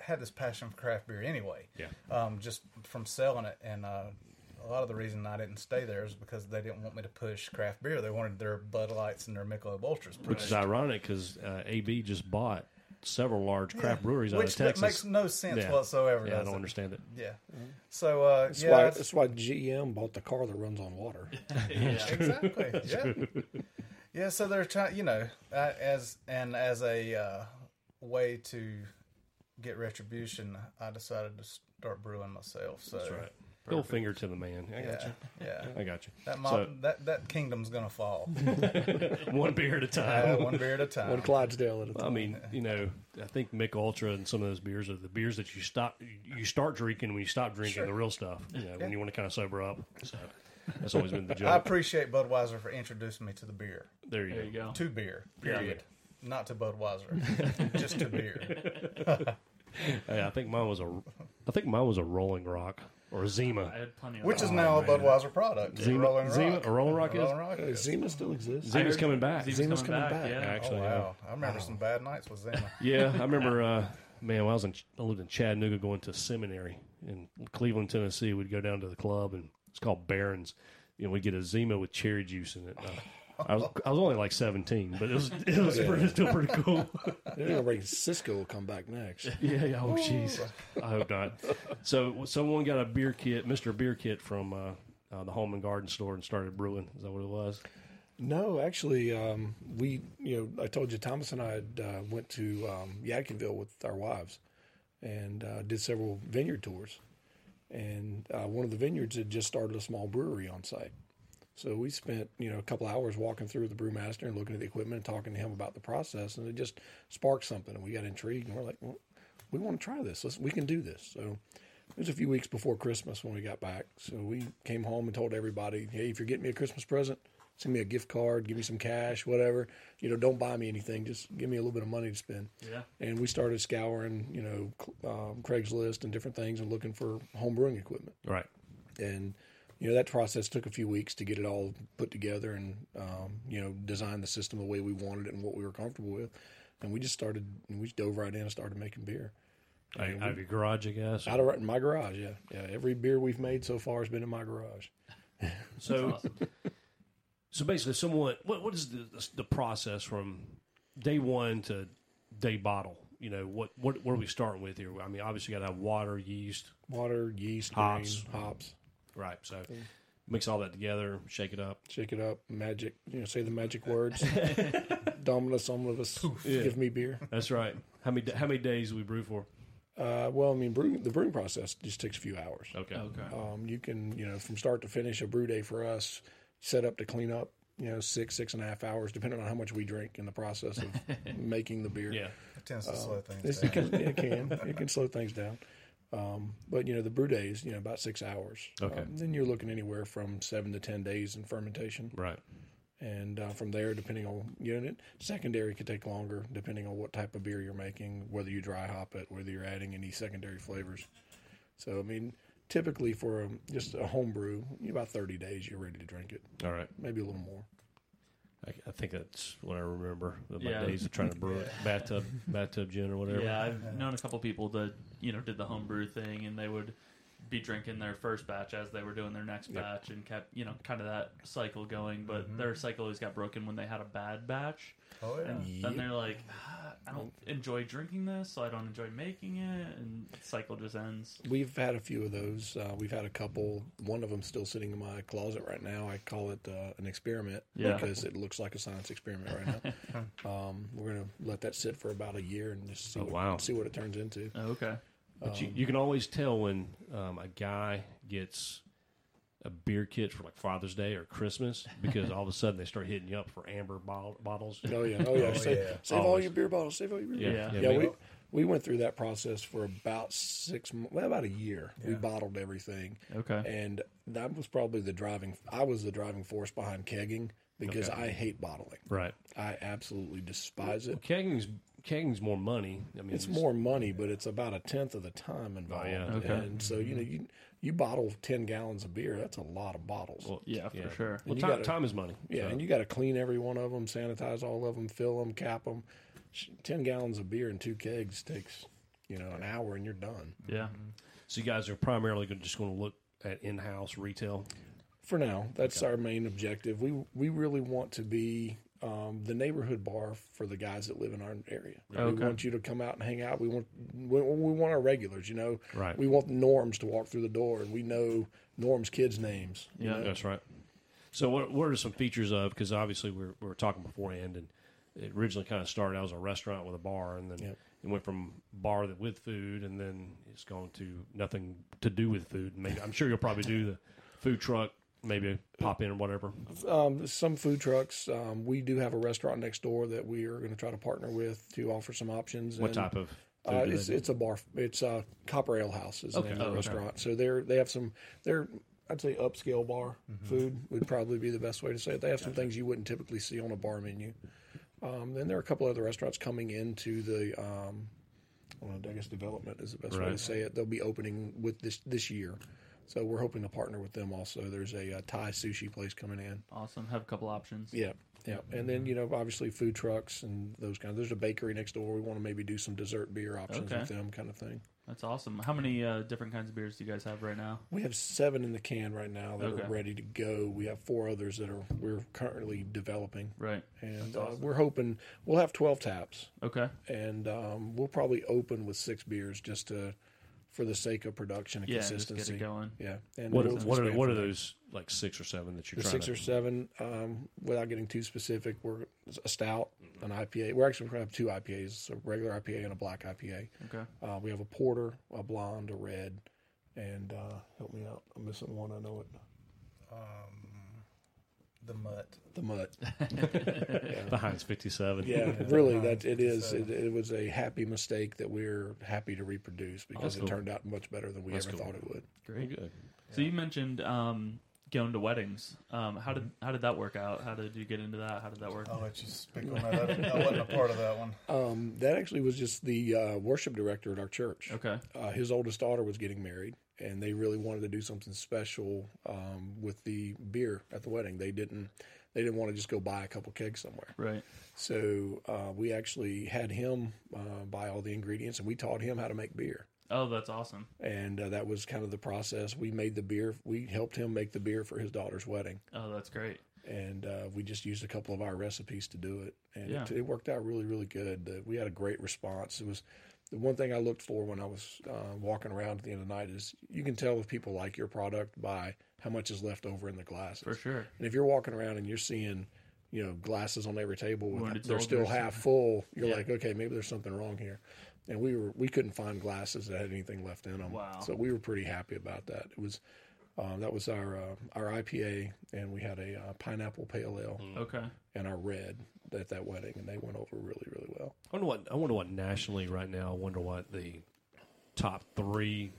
had this passion for craft beer anyway.
Yeah.
um, just from selling it. And uh, a lot of the reason I didn't stay there is because they didn't want me to push craft beer. They wanted their Bud Lights and their Michelob Ultras,
Which is ironic because uh, AB just bought several large craft breweries out
which
of
that
Texas.
makes no sense
Yeah.
whatsoever.
yeah, I
does
don't
it?
understand it.
Yeah. So uh,
That's,
yeah,
why,
that's-
that's why GM bought the car that runs on water.
exactly. yeah. Yeah. So they're trying, you know, uh, as and as a uh, way to get retribution, I decided to start brewing myself. So
That's right. Bill finger to the man. I got
Yeah. Yeah.
you. I got you.
That, mob, that that kingdom's gonna fall
So one beer at a time.
uh, one beer at a time.
One Clydesdale at a
I
time.
mean, you know, I think Mick Ultra and some of those beers are the beers that you stop, you start drinking when you stop drinking the real stuff. You know, when you want to kind of sober up. So that's always been the
I
joke.
appreciate Budweiser for introducing me to the beer.
there you
There
go.
you go.
To beer, period. Not to Budweiser, just to beer.
Hey, I think mine was a, I think mine was a Rolling Rock or a
I
Zima.
had plenty of
Which is now a Budweiser product.
Zima-
Rolling Rock.
Zima- a Rolling Rock is-
Rolling Rock
Uh, Zima still exists.
I heard
Zima's coming back.
Zima's,
Zima's
coming,
coming
back.
back.
Yeah.
Actually,
Oh,
yeah.
wow. I remember some bad nights with Zima.
Yeah, I remember, uh, man, when I was in, Ch- I lived in Chattanooga going to seminary in Cleveland, Tennessee. We'd go down to the club, and it's called Barron's. You know, we'd get a Zima with cherry juice in it. Uh, I was I was only like seventeen, but it was it was pretty, still pretty cool.
They're gonna bring Cisco will come back next.
yeah, yeah. Oh, jeez. I hope not. So someone got a beer kit, Mister Beer Kit, from uh, uh, the Home and Garden store, and started brewing. Is that what it was?
No, actually, um, we you know I told you Thomas and I had, uh, went to um, Yadkinville with our wives, and uh, did several vineyard tours, and uh, one of the vineyards had just started a small brewery on site, so we spent you know a couple hours walking through with the brewmaster and looking at the equipment and talking to him about the process, and it just sparked something, and we got intrigued, and we're like, well, we want to try this, Let's, we can do this, so. It was a few weeks before Christmas when we got back. So we came home and told everybody, hey, if you're getting me a Christmas present, send me a gift card, give me some cash, whatever. You know, don't buy me anything. Just give me a little bit of money to spend.
Yeah.
And we started scouring, you know, cl- um, Craigslist and different things and looking for home brewing equipment.
Right.
And you know that process took a few weeks to get it all put together and um, you know design the system the way we wanted it and what we were comfortable with. And we just started. We just dove right in and started making beer.
Out, out of your garage, I guess.
Out of right in my garage, yeah, yeah. Every beer we've made so far has been in my garage.
So, so basically, someone what what is the the process from day one to day bottle? You know what what what are we starting with here? I mean, obviously, you got to have water, yeast,
Water, yeast,
Hops.
grain, hops.
right? So, mix all that together, shake it up.
Shake it up, magic. You know, say the magic words. Dominus omnibus. Give me beer.
That's right. How many how many days do we brew for?
Uh, well, I mean, brewing, the brewing process just takes a few hours.
Okay, okay.
Um, you can, you know, from start to finish, a brew day for us, set up to clean up, you know, six, six and a half hours, depending on how much we drink in the process of making the beer.
Yeah,
It tends to
Oh.
slow things
It's-
down.
It can, it can, it can slow things down. Um, but you know, the brew day is you know about six hours.
Okay.
Um, then you're looking anywhere from seven to ten days in fermentation,
right.
and uh, from there, depending on unit, secondary could take longer depending on what type of beer you're making, whether you dry hop it, whether you're adding any secondary flavors. So I mean, typically for um just a home brew, you- about thirty days you're ready to drink it,
All right.
maybe a little more.
I, I think that's what I remember. of My
Yeah.
days of trying to brew it, bathtub bathtub gin or whatever.
Yeah, I've known a couple people that you know did the homebrew thing, and they would be drinking their first batch as they were doing their next batch, and kept you know kind of that cycle going. But their cycle always got broken when they had a bad batch,
Oh, yeah.
and then they're like, "Ah, I don't enjoy drinking this, so I don't enjoy making it, and the cycle just ends.
We've had a few of those. Uh, we've had a couple. One of them's still sitting in my closet right now. I call it uh, an experiment
Yeah.
because it looks like a science experiment right now. um, we're gonna let that sit for about a year and just see,
Oh,
what,
wow.
see what it turns into.
Oh, okay.
But
Um,
you, you can always tell when um, a guy gets a beer kit for like Father's Day or Christmas because all of a sudden they start hitting you up for amber bottle, bottles.
Oh yeah, oh yeah. save
yeah.
save all
Always.
your beer bottles. Save all your beer bottles.
Yeah.
yeah,
yeah,
we-
we we went through that process for about six, mo- well, about a year. We bottled everything,
Okay.
and that was probably the driving. I was the driving force behind kegging because I hate bottling.
right.
I absolutely despise it.
Kegging's kegging's more money. I mean,
It's more money, but it's about a tenth of the time involved.
yeah.
Oh, Okay.
And so you know you you bottle ten gallons of beer. That's a lot of bottles.
Well,
Yeah, for sure.
Well,
you
time,
gotta-
time is money.
yeah,
So,
and you got to clean every one of them, sanitize all of them, fill them, cap them. Ten gallons of beer in two kegs takes you know an hour, and you're done
Yeah.
so you guys are primarily gonna, just going to look at in-house retail.
for now. That's our main objective. We we really want to be. Um, the neighborhood bar for the guys that live in our area. We
Okay.
want you to come out and hang out. We want we, we want our regulars. You know,
Right.
We want Norm's to walk through the door, and we know Norm's kids' names. you
Yeah.
know?
That's right. So what what are some features of? Because obviously we were, we were talking beforehand, and it originally kind of started out as a restaurant with a bar, and then
Yep.
it went from bar that with food, and then it's gone to nothing to do with food. Maybe I'm sure you'll probably do the food truck, maybe pop in or whatever.
um, some food trucks. Um, we do have a restaurant next door that we are going to try to partner with to offer some options.
What
and,
type of food?
Uh,
do they
it's
do?
it's a bar. It's uh, Copper Ale House is the name of the
Okay.
restaurant. So they're they have some they're I'd say upscale bar
Mm-hmm.
food would probably be the best way to say it. They have some things you wouldn't typically see on a bar menu. Um, then there are a couple other rrestaurants coming into the. Um, well, I guess development is the best way to
Right.
say it. They'll be opening with this this year, so we're hoping to partner with them. Also, there's a, uh Thai sushi place coming in.
Awesome. Have a couple options.
Yeah, yeah, and
Mm-hmm.
then you know, obviously, food trucks and those kind. Of, there's a bakery next door. We want to maybe do some dessert beer options
Okay.
with them, kind of thing.
That's awesome. How many uh, different kinds of beers do you guys have right now?
We have seven in the can right now that
Okay.
are ready to go. We have four others that are we're currently developing,
Right.
and uh, we're hoping we'll have twelve taps,
Okay.
and um, we'll probably open with six beers just to for the sake of production and
Yeah, just
consistency.
get it going.
Yeah, and
what
we'll
what are
expand
what are
from there.
those like six or seven that you're
There's
trying
six
to?
or seven. Um, without getting too specific, we're a stout, an IPA. We're actually going to have two IPAs: a regular IPA and a black IPA.
Okay.
Uh, we have a porter, a blonde, a red, and uh, help me out. I'm missing one. I know it.
um, The mutt.
The mutt.
the Heinz 57.
Yeah, really. That it is. It, it was a happy mistake that we're happy to reproduce because it
cool.
turned out much better than we ever thought it would.
Great. So you mentioned um, going to weddings. Um, how did how did that work out? How did you get into that? How did that work?
I'll let you speak on that. I didn't- I wasn't a part of that one.
Um, that actually was just the uh, worship director at our church.
Okay.
Uh, his oldest daughter was getting married, and they really wanted to do something special um, with the beer at the wedding. They didn't they didn't want to just go buy a couple kegs somewhere.
Right.
So uh, we actually had him uh, buy all the ingredients, and we taught him how to make beer.
Oh, that's awesome.
And uh, that was kind of the process. We made the beer. We helped him make the beer for his daughter's wedding,
Oh, that's great.
and uh, we just used a couple of our recipes to do it, and
Yeah.
it, it worked out really, really good. Uh, we had a great response. It was the one thing I looked for when I was uh, walking around at the end of the night is you can tell if people like your product by how much is left over in the glasses.
For sure.
And if you're walking around and you're seeing, you know, glasses on every table
Wounded
with they're still
soldiers.
half full, you're like, okay, maybe there's something wrong here. And we were we couldn't find glasses that had anything left in them.
Wow.
So we were pretty happy about that. It was um, that was our uh, our IPA, and we had a uh, pineapple pale ale
Mm.
Okay.
and our red at that wedding, and they went over really really well.
I wonder what I wonder what nationally right now. I wonder what the top three,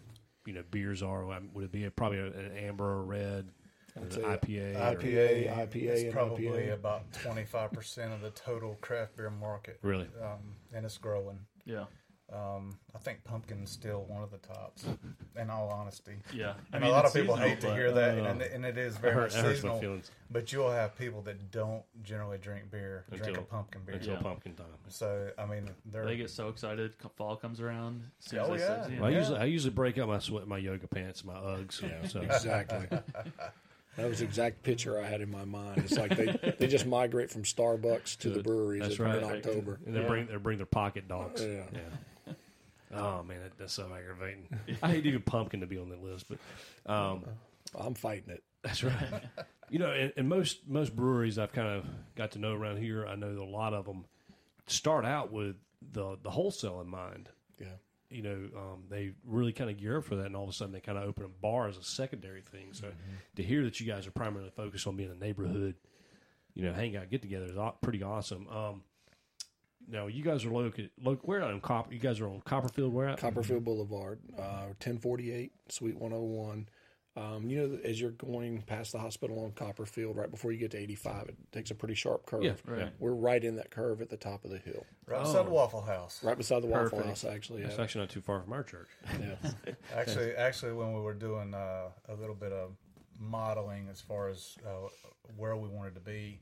you know, beers are. Um, Would it be a, probably a- an amber or red, an
say
IPA? or-
IPA, IPA,
It's
and
probably
IPA.
about twenty five percent of the total craft beer market,
Really?
um, and it's growing.
Yeah.
Um, I think pumpkin's still one of the tops. In all honesty,
Yeah.
and a lot of
it's
people
seasonal,
hate to
but- uh,
hear that, and, and it is very
I
much
hurt- I hurt my
seasonal.
feelings.
But you'll have people that don't generally drink beer drink a
Until-
pumpkin beer.
Until
Yeah.
pumpkin time.
So I mean, they're
They get so excited. c- Fall comes around. As soon as
Oh,
they
yeah.
start seeing
Well, I
Yeah.
usually I usually break out my sweat, my yoga pants, my Uggs. Yeah. So
Exactly. That was the exact picture I had in my mind. It's like they, they just migrate from Starbucks to the breweries
that's
in-
right.
in October.
And they bring they bring their pocket dogs.
Yeah.
Oh man, that, that's so aggravating. I hate even pumpkin to be on that list, but um,
I'm fighting it.
That's right. you know, and, and most most breweries I've kind of got to know around here, I know a lot of them start out with the the wholesale in mind.
Yeah.
You know, um, they really kind of gear up for that, and all of a sudden they kind of open a bar as a secondary thing. So to hear that you guys are primarily focused on being a neighborhood, you know, hangout get together is aw- pretty awesome. Um, now you guys are located. Lo- where on Copper? You guys are on Copperfield. Where at?
Copperfield Boulevard, uh, 1048, Suite 101. Um, you know, as you're going past the hospital on Copperfield, right before you get to 85, it takes a pretty sharp curve.
Yeah, right.
We're right in that curve at the top of the hill,
right beside
Oh.
the Waffle House.
right beside the Waffle
Perfect.
House, actually.
It's
Yeah.
actually not too far from our church.
yeah.
Actually, actually, when we were doing uh, a little bit of modeling as far as uh, where we wanted to be,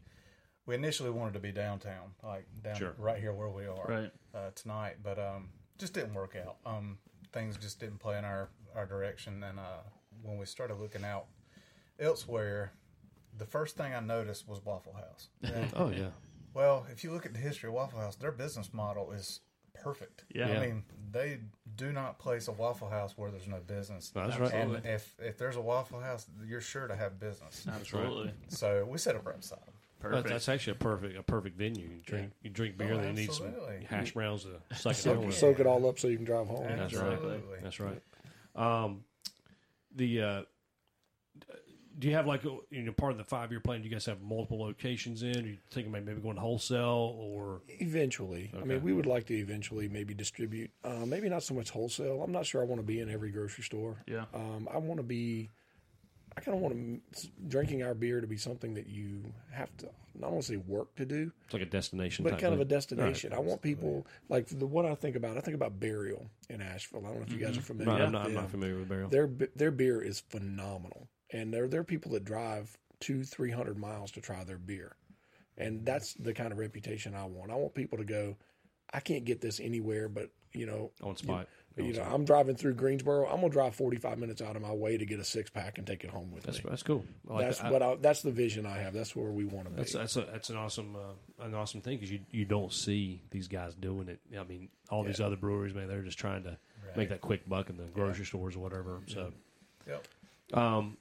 we initially wanted to be downtown, like down
Sure.
right here where we are
Right.
uh, tonight, but um, just didn't work out. Um, things just didn't play in our our direction, and uh, when we started looking out elsewhere, the first thing I noticed was Waffle House.
Oh yeah.
Well, if you look at the history of Waffle House, their business model is perfect.
Yeah.
I mean, they do not place a Waffle House where there's no business.
No, that's right.
And if if there's a Waffle House, you're sure to have business.
Absolutely.
So we set up right beside them.
Perfect.
That's, that's actually a perfect a perfect venue. You drink you drink beer,
Oh,
then you need some
absolutely.
hash browns to suck it
Soak,
up.
soak it all up so you can drive home.
That's right.
Absolutely.
That's right. Um, the uh, do you have like a- you know part of the five year plan? Do you guys have multiple locations in? Are you thinking about maybe going wholesale or
Eventually, I mean, we would like to eventually maybe distribute. Uh, maybe not so much wholesale. I'm not sure I want to be in every grocery store.
Yeah.
Um, I want to be. I kind of want to drinking our beer to be something that you have to not only say work to do,
it's like a destination?
but
type
kind of a
thing?
destination. I want people like the what I think about. I think about burial in Asheville. I don't know if you guys are familiar.
No,
with
Mm-hmm. I'm, not, I'm
them.
not familiar with Barrel.
Their b- their beer is phenomenal, and there there are people that drive two three hundred miles to try their beer,
Mm-hmm.
and that's the kind of reputation I want. I want people to go. I can't get this anywhere, but you know,
On spot.
you,
On
know,
spot.
I'm driving through Greensboro. I'm gonna drive forty five minutes out of my way to get a six pack and take it home with
That's
me.
that's cool. I like
That's
that. I-
what I, that's the vision I have. That's where we want to be.
That's that's, a, that's an awesome uh, an awesome thing because you you don't see these guys doing it. I mean, all these other breweries, man, they're just trying to make that quick buck in the grocery stores or whatever. So,
Yep.
um,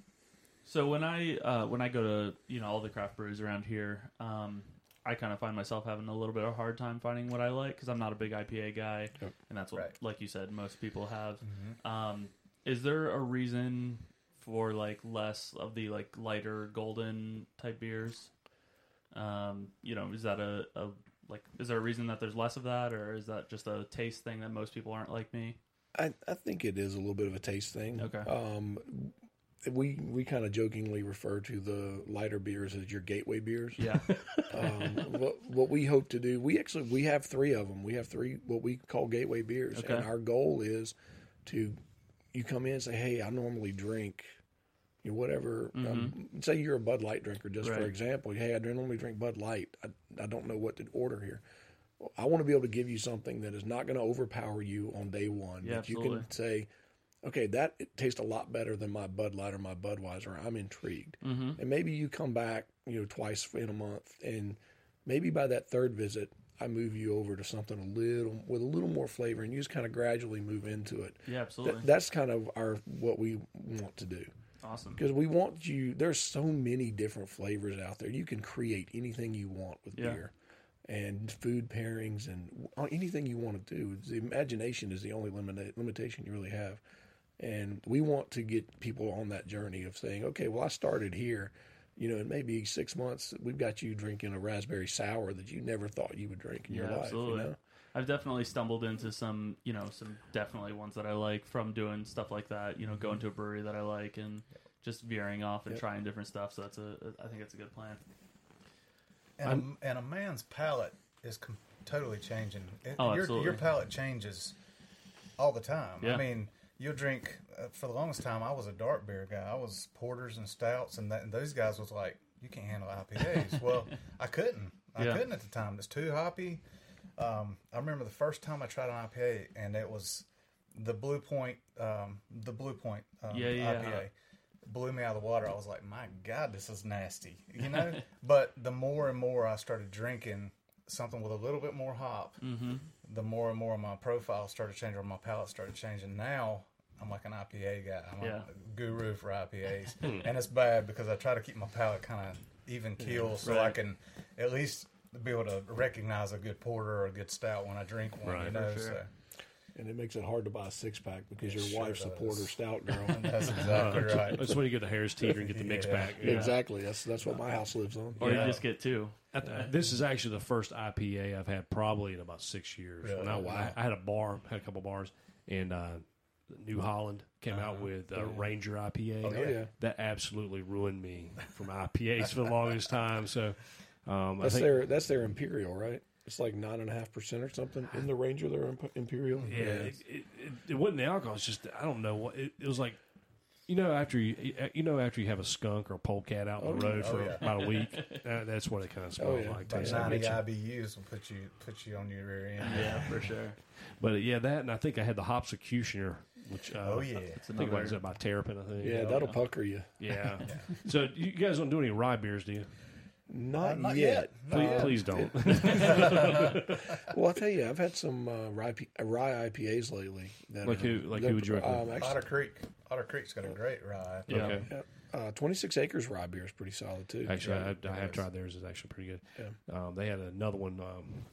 So when I uh, when I go to you know all the craft breweries around here, um, I kind of find myself having a little bit of a hard time finding what I like because I'm not a big IPA guy, and that's what,
Right.
like you said, most people have. Um, is there a reason for like less of the like lighter golden type beers? Um, you know, is that a, a like is there a reason that there's less of that, or is that just a taste thing that most people aren't like me?
I, I think it is a little bit of a taste thing.
Okay.
Um, we we kind of jokingly refer to the lighter beers as your gateway beers.
Yeah,
um, what, what we hope to do, we actually we have three of them. We have three what we call gateway beers,
Okay.
and our goal is to you come in and say, "Hey, I normally drink." You know, whatever. Um, say you're a Bud Light drinker, just for
Mm-hmm. Right.
example. Hey, I normally drink Bud Light. I, I don't know what to order here. I want to be able to give you something that is not going to overpower you on day one.
Yeah,
that you
absolutely.
can say, okay, that tastes a lot better than my Bud Light or my Budweiser. I'm intrigued. Mm-hmm. And maybe you come back, you know, twice in a month, and maybe by that third visit, I move you over to something a little with a little more flavor, and you just kind of gradually move into it.
Yeah,
Th-
absolutely.
that's kind of our what we want to do
awesome.
because we want you there's so many different flavors out there you can create anything you want with
Yeah.
beer and food pairings and w- anything you want to do the imagination is the only limita- limitation you really have and we want to get people on that journey of saying okay well i started here you know in maybe six months we've got you drinking a raspberry sour that you never thought you would drink in
Yeah,
your life
absolutely.
you know
I've definitely stumbled into some, you know, some definitely ones that I like from doing stuff like that. You know, going to
Mm-hmm.
a brewery that I like and just veering off and trying different stuff. So that's a, I think that's a good plan.
and, a, and a man's palate is com- totally changing. It-
Oh,
your,
absolutely.
your palate changes all the time.
Yeah.
I mean, you'll drink uh, for the longest time. I was a dark beer guy. I was porters and stouts, and, that, and those guys was like, "You can't handle IPAs." well, I couldn't. I
Yeah.
couldn't at the time. It's too hoppy. Um, I remember the first time I tried an IPA, and it was the Blue Point, um, the Blue Point um,
Yeah, uh, yeah.
IPA blew me out of the water. I was like, my God, this is nasty, you know? but the more and more I started drinking something with a little bit more hop,
Mm-hmm.
the more and more my profile started changing, or my palate started changing. Now I'm like an IPA guy. I'm
Yeah.
a guru for IPAs. and it's bad because I try to keep my palate kind of even keel so I
Right.
can at least be able to recognize a good porter or a good stout when I drink one, you
Right.
know?
sure.
So
and it makes it hard to buy a six-pack because your
sure
wife's a
does.
porter stout girl
that's exactly right.
uh, That's when you get the Harris Teeter and get the mix
Yeah.
pack.
exactly that's that's what my house lives on
Or
Oh, Yeah.
you just get two.
I th- This is actually the first IPA I've had probably in about six years. When I,
Really?
I, I had a bar, had a couple bars, and uh, New Holland came out
Uh-huh.
with uh, Ranger
Oh,
IPA.
yeah. Oh, yeah.
That absolutely ruined me from IPAs for the longest time. So um, I
That's
think
their that's their imperial, right? It's like nine and a half percent or something in the range of their imp- imperial.
Yeah, it, it, it, it wasn't the alcohol. It's just I don't know what it, it was like. You know, after you uh, you know after you have a skunk or a polecat out on the road for about a week, that, that's what it kind of smells
yeah.
like.
About
tastes like.
90
It's-
IBUs will put you put you on your rear end.
Yeah, for sure.
But uh, yeah, that and I think I had the Hopsecutioner, which uh,
Oh yeah,
I think it was by Terrapin. I think.
Yeah, that'll pucker you.
yeah. So you guys don't do any rye beers, do you?
Not,
not
yet.
yet.
Please, please don't.
Well, I'll tell you, I've had some uh, rye, P- rye IPAs lately. That
Like
are-
who- like
that-
who would you recommend?
Um, actually,
Otter Creek. Otter Creek's got a great ride.
Yeah.
Okay.
uh, Twenty Six Acres rye beer is pretty solid too.
Actually, I, I have tried theirs. It's actually pretty good. Um, they had another one. Um,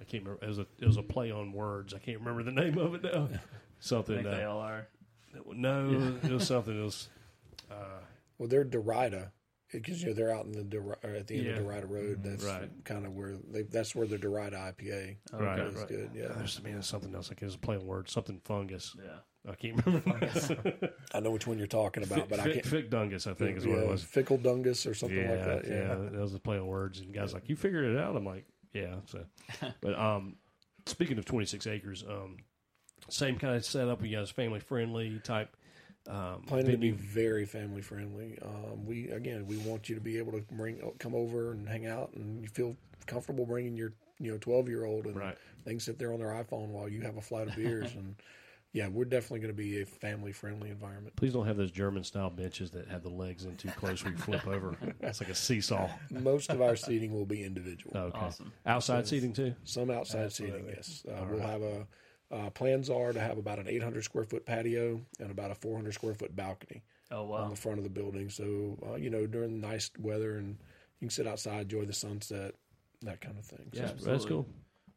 I can't remember. It was a it was a play on words. I can't remember the name of it now.
I
Something.
think they
Uh,
all are.
no, it was something. It was
Well, they're Derrida because you know they're out in the Deri- or at the end
Yeah. Mm-hmm.
of Derrida Road. That's
Right.
kind of where they, that's where the Derrida IPA
right.
is
right.
good. Yeah,
There's man, there's something else. Like it was a play on words. Something fungus.
Yeah.
I can't remember.
I know which one you're talking about, but I
Fic-
can't.
Ficdungus, I think, is what
yeah,
it was.
Fickle Dungus or something
yeah,
like that.
yeah, that was a play on words, and guys like you figured it out. I'm like, yeah. So, but um, speaking of 26 acres, um, same kind of setup. You guys family friendly type. Um,
planning to be
venue.
very family friendly. Um, we again, we want you to be able to bring come over and hang out, and you feel comfortable bringing your you know twelve year old and
Right.
they can sit there on their iPhone while you have a flight of beers and. Yeah, we're definitely going to be a family friendly environment.
Please don't have those German style benches that have the legs in too close where you flip over. It's like a seesaw.
Most of our seating will be individual.
Okay.
Awesome.
Outside seating too.
Some outside seating, yes. Uh, we'll have a uh, plans are to have about an 800 square foot patio and about a 400 square foot balcony.
Oh
on
wow.
the front of the building. So uh, you know, during the nice weather, and you can sit outside, enjoy the sunset, that kind of thing.
Yeah,
So,
That's- that's
absolutely.
cool.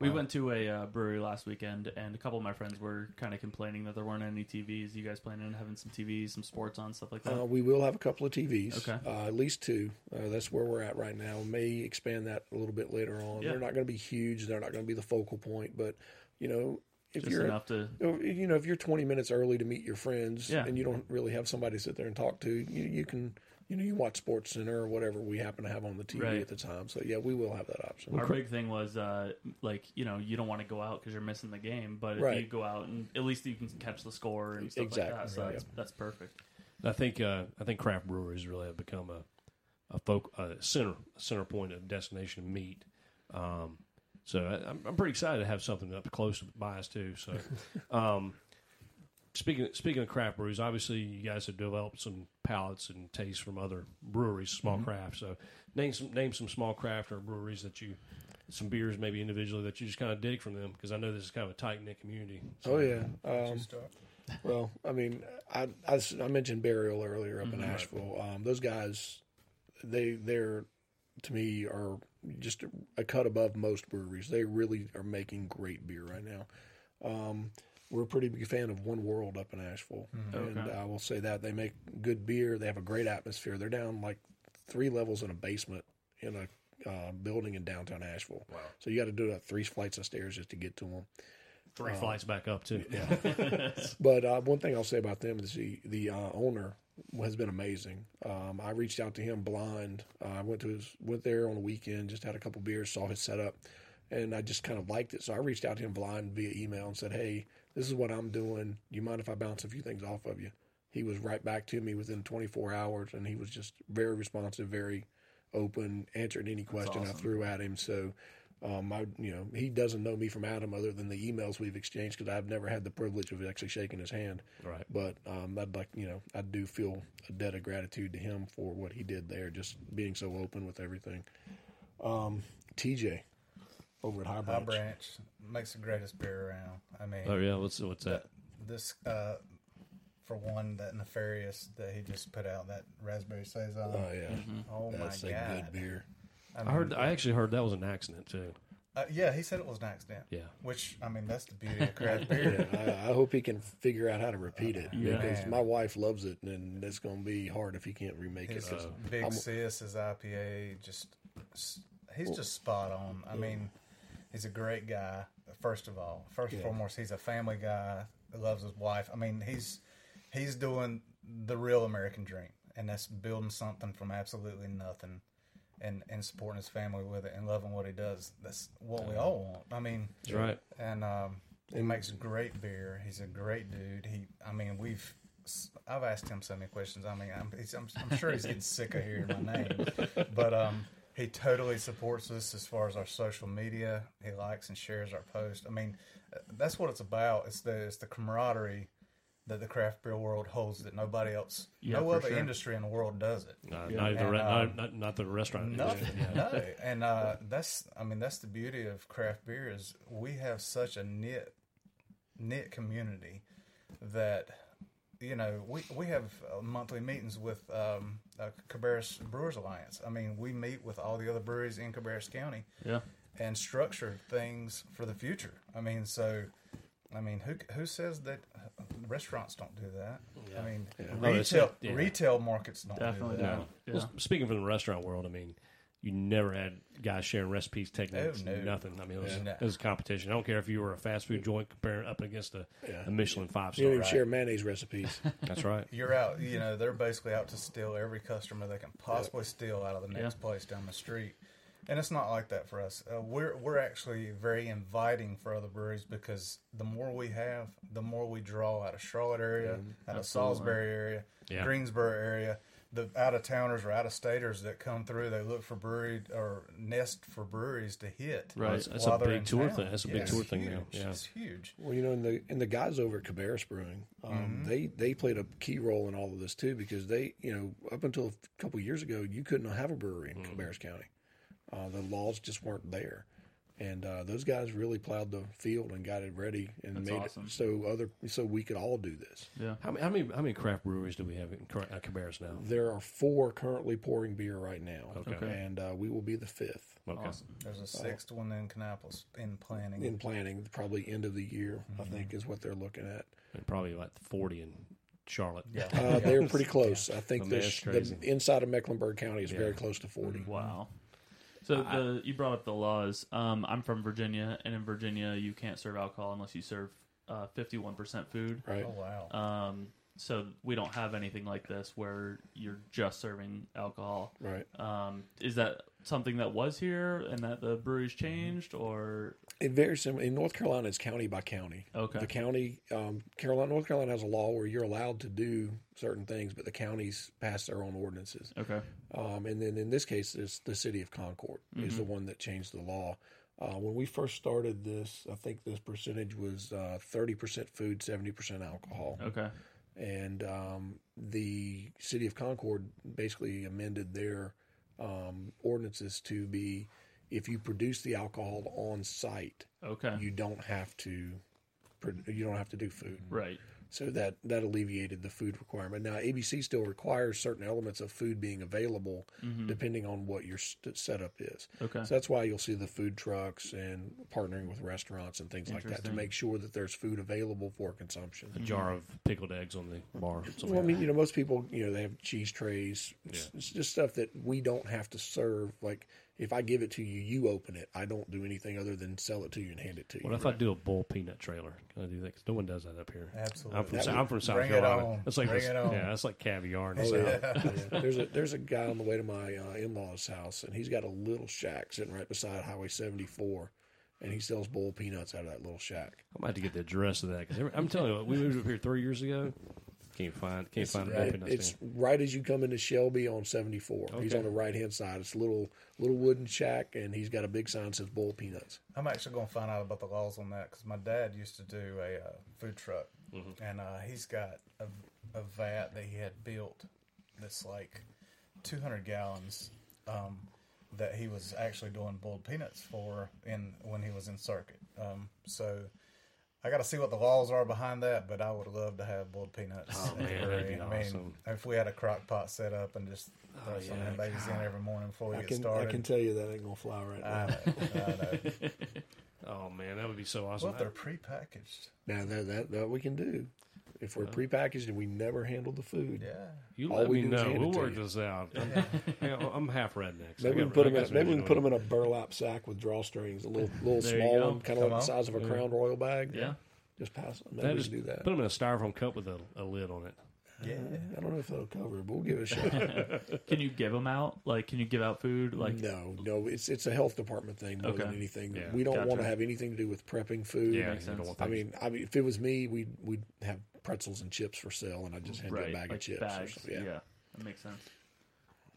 We went to a uh, brewery last weekend, and a couple of my friends were kind of complaining that there weren't any TVs. You guys planning on having some TVs, some sports on, stuff like that?
Oh,
uh, we will have a couple of TVs,
Okay.
uh, at least two. Uh, that's where we're at right now. We may expand that a little bit later on.
Yeah.
They're not going to be huge. They're not going to be the focal point, but you know, if
Just
you're
enough to.
you know, if you're 20 minutes early to meet your friends
Yeah.
and you don't really have somebody to sit there and talk to, you, you can you know, you watch Sports Center or whatever we happen to have on the TV
Right.
at the time. So yeah, we will have that option.
Our big thing was uh, like you know you don't want to go out because you're missing the game, but if
Right.
you go out and at least you can catch the score and stuff
Exactly,
like that. So
right,
that's, that's perfect.
I think uh, I think craft breweries really have become a a folk a center a center point of destination meat. Um, so I, I'm, I'm pretty excited to have something up close by us too. So, um, speaking speaking of craft breweries, obviously you guys have developed some palates and tastes from other breweries, small craft. So name some name some small craft or breweries that you. Some beers, maybe individually, that you just kind of dig from them because I know this is kind of a tight knit community. So
Oh yeah. Um, well, I mean, I, I s- I mentioned Burial earlier up in Asheville. Um, those guys, they they're to me are just a cut above most breweries. They really are making great beer right now. Um, we're a pretty big fan of One World up in Asheville, and I will say that they make good beer. They have a great atmosphere. They're down like three levels in a basement in a uh, building in downtown Asheville. Wow! So you got to do that three flights of stairs just to get to them.
three
Uh,
flights back up too. Yeah,
But uh, one thing I'll say about them is the the uh, owner has been amazing. Um, I reached out to him blind. Uh, I went to his went there on a weekend, just had a couple beers, saw his setup, and I just kind of liked it. So I reached out to him blind via email and said, "Hey, this is what I'm doing. Do you mind if I bounce a few things off of you?" He was right back to me within 24 hours, and he was just very responsive, very open, answered any question I threw at him. So, um, I, you know, he doesn't know me from Adam other than the emails we've exchanged because I've never had the privilege of actually shaking his hand.
Right.
But um, I'd like, you know, I do feel a debt of gratitude to him for what he did there, just being so open with everything. Um, TJ over at High
High
Branch.
Branch makes the greatest beer around. I mean,
oh yeah. What's what's that?
this uh, for one, that nefarious that he just put out that raspberry saison.
Oh yeah,
Oh
that's
my
a
god!
good beer.
I,
I
mean,
heard. I actually heard that was an accident too.
uh, yeah, he said it was an accident.
Yeah.
Which I mean, that's the beauty of craft beer.
I, I hope he can figure out how to repeat it
Yeah.
because my wife loves it, and it's going to be hard if he can't remake it.
His
'cause
big
I'm-
sis, his IPA, just s- he's just spot on. I mean, he's a great guy. First of all, first and foremost, he's a family guy. that Loves his wife. I mean, he's he's doing the real American dream, and that's building something from absolutely nothing, and and supporting his family with it, and loving what he does. That's what we all want. I mean,
That's right.
and um, he makes great beer. He's a great dude. He, I mean, we've, I've asked him so many questions. I mean, I'm, he's, I'm, I'm sure he's getting sick of hearing my name, but um, he totally supports us as far as our social media. He likes and shares our posts. I mean, uh, that's what it's about. It's the it's the camaraderie that the craft beer world holds that nobody else,
Yeah,
no
for
other
sure.
industry in the world does it.
Uh, not, the
And,
re-
um,
not, not, not the restaurant.
No,
industry.
no, and uh, that's I mean that's the beauty of craft beer is we have such a knit knit community that you know we we have uh, monthly meetings with um, uh, Cabarrus Brewers Alliance. I mean we meet with all the other breweries in Cabarrus County
Yeah,
and structure things for the future. I mean so. I mean, who who says that uh, restaurants don't do that? I mean,
Oh, it's
retail
a- yeah.
retail markets don't
definitely.
do that.
not. Yeah.
Well, speaking from the restaurant world, I mean, you never had guys sharing recipes, techniques,
Oh, no.
nothing. I mean, it was,
Yeah.
it was a competition. I don't care if you were a fast food joint comparing up against a,
Yeah.
a Michelin five
You don't
star.
even share mayonnaise recipes.
That's right.
you're out. You know, they're basically out to steal every customer they can possibly steal out of the next
Yeah.
place down the street. And it's not like that for us. Uh, we're we're actually very inviting for other breweries because the more we have, the more we draw out of Charlotte area, out of Salisbury area,
Yeah.
Greensboro area. The out of towners or out of staters that come through, they look for brewery or nest for breweries to hit.
Right.
That's, that's a
while they're
big
in
tour
town.
thing. That's a
Yeah,
big
it's
tour thing now.
huge.
Yeah.
It's huge.
Well, you know, and the and the guys over at Cabarrus Brewing, um,
Mm-hmm.
they they played a key role in all of this too because they, you know, up until a couple of years ago, you couldn't have a brewery
Mm-hmm.
in Cabarrus County. Uh, the laws just weren't there, and uh, those guys really plowed the field and got it ready and made
awesome.
it so other so we could all do this.
How, many- how many how many craft breweries do we have in Cra- uh, Cabarrus now?
There are four currently pouring beer right now,
Okay.
and uh, we will be the fifth.
Okay.
There's a sixth one in Canapolis in planning.
In planning, probably end of the year, I
Mm-hmm.
think is what they're looking at.
And probably like forty in Charlotte.
yeah,
Uh, They're pretty close. I think
Man,
this,
that's
the
crazy.
inside of Mecklenburg County is very close to 40.
Wow. So the you brought up the laws. Um, I'm from Virginia, and in Virginia, you can't serve alcohol unless you serve uh, 51% food.
Right.
oh wow.
Um, so we don't have anything like this where you're just serving alcohol.
Right.
Um, is that something that was here and that the breweries changed, or
It varies in, in North Carolina. It's county by county.
Okay.
The county, um, Carolina, North Carolina has a law where you're allowed to do certain things, but the counties pass their own ordinances.
okay,
Um, and then in this case, it's the city of Concord is the one that changed the law. Uh, when we first started this, I think this percentage was uh, thirty percent food, seventy percent alcohol,
okay,
and um, the city of Concord basically amended their um, ordinances to be if you produce the alcohol on site,
okay,
you don't have to pro- you don't have to do food
right,
so that that alleviated the food requirement now abc still requires certain elements of food being available depending on what your st- setup is
Mm-hmm. okay,
so that's why you'll see the food trucks and partnering with restaurants and things like that to
Interesting.
make sure that there's food available for consumption
A jar of pickled eggs on the bar. or something
well, I
like
mean, you know, most people, you know, they have cheese trays. It's, it's just stuff that we don't have to serve. Like, if I give it to you, you open it. I don't do anything other than sell it to you and hand it to you.
What if I do a bull peanut trailer? Can I do that? 'Cause no one does that up here.
Absolutely.
I'm from,
That
Sou-
would-
I'm from South
bring it
Carolina.
on.
That's like
Bring
this-
it on.
yeah, that's like caviar. And
Oh, yeah. Yeah. There's a there's a guy on the way to my uh, in law's house, and he's got a little shack sitting right beside Highway 74, and he sells boiled peanuts out of that little shack.
I'm about to get the address of that because I'm telling you, what, we moved up here three years ago. Can't find can't find a bull
Right,
peanut
it's
stand.
right as you come into Shelby on 74. He's
Okay.
on the right hand side. It's a little little wooden shack, and he's got a big sign that says boiled peanuts.
I'm actually going to find out about the laws on that because my dad used to do a uh, food truck,
Mm-hmm.
and uh, he's got a, a vat that he had built that's like 200 gallons um, that he was actually doing boiled peanuts for in when he was in circuit. Um, so I got to see what the laws are behind that, but I would love to have boiled peanuts. Oh
man, that'd be awesome. Oh,
if we had a crock pot set up and just throw some of them
yeah,
babies in every morning before we
I
get
can
started.
I can tell you that ain't gonna fly right now.
I know, I know.
Oh man, that would be so
Well,
awesome.
if they're prepackaged.
Now that that that we can do, if we're prepackaged and we never handle the food.
Yeah.
you
all
let
we
me
do is
know.
hand it
We'll
to
work
you.
this out. I'm, yeah, I'm half redneck. so
Maybe we
I
can
got-
put
I
them.
guess
In,
we
maybe we
can
can put
do
them
it.
in a burlap sack with drawstrings, a little little
There you
small
go.
one, kind of like
on.
the size of a crown royal bag.
yeah,
just pass. Maybe
That
we
just-
can do that.
Put them in a styrofoam cup with a, a lid on it.
Yeah.
I don't know if that'll cover it, but we'll give it a shot.
Can you give them out? Like, can you give out food? Like,
no, no, it's it's a health department thing more than
Okay.
anything.
Yeah,
we don't want to
gotcha.
have anything to do with prepping food.
Yeah,
makes
you don't
sense.
want
I
things-
mean, I mean, if it was me, we'd we'd have pretzels and chips for sale, and I would just hand you
right,
a bag
like
of chips. Or
bags.
something.
Yeah.
yeah. yeah,
that makes sense.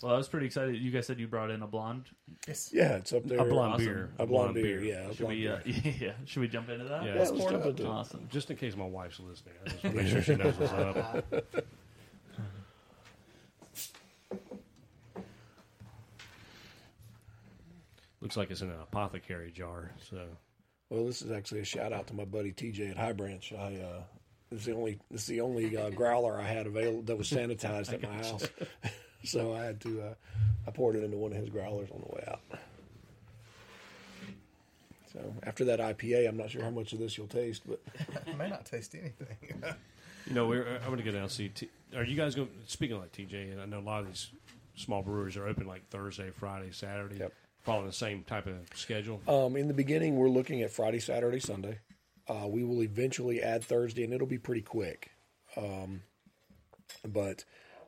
Well, I was pretty excited. You guys said you brought in a blonde.
Yes.
it's up there.
a blonde
awesome.
beer.
a blonde beer. Yeah, a
Should
blonde
we? Uh, yeah, should we jump into that?
Yeah.
Yeah, let's jump into it.
Awesome.
Just in case my wife's listening, I just wanna make sure she knows what's up. Looks like it's in an apothecary jar. So
Well, this is actually a shout out to my buddy TJ at High Branch. I uh, this is the only this is the only uh, growler I had available that was sanitized at my house, so I had to uh, I poured it into one of his growlers on the way out. So after that IPA, I'm not sure how much of this you'll taste, but
I may not taste anything.
you know, we're, I'm going to go down and see. T- are you guys going? Speaking of like TJ, and I know a lot of these small breweries are open like Thursday, Friday, Saturday,
Yep.
following the same type of schedule.
Um, in the beginning, we're looking at Friday, Saturday, Sunday. Uh, we will eventually add Thursday, and it'll be pretty quick. Um, but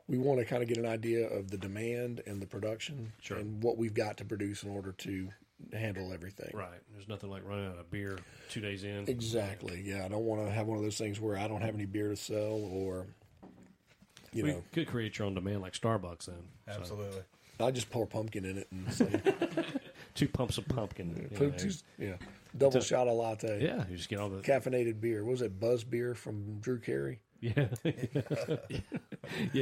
we want to kind of get an idea of the demand and the production and what we've got to produce in order to handle everything.
Right. There's nothing like running out of beer two days in.
Exactly. Yeah, I don't want to have one of those things where I don't have any beer to sell, or you
we
know,
could create your own demand like Starbucks then. So,
Absolutely.
I just pour pumpkin in it and say,
two pumps of pumpkin. you know.
yeah, double shot a latte,
Yeah, you just get all the
caffeinated beer. What was it Buzz Beer from Drew Carey?
Yeah, yeah.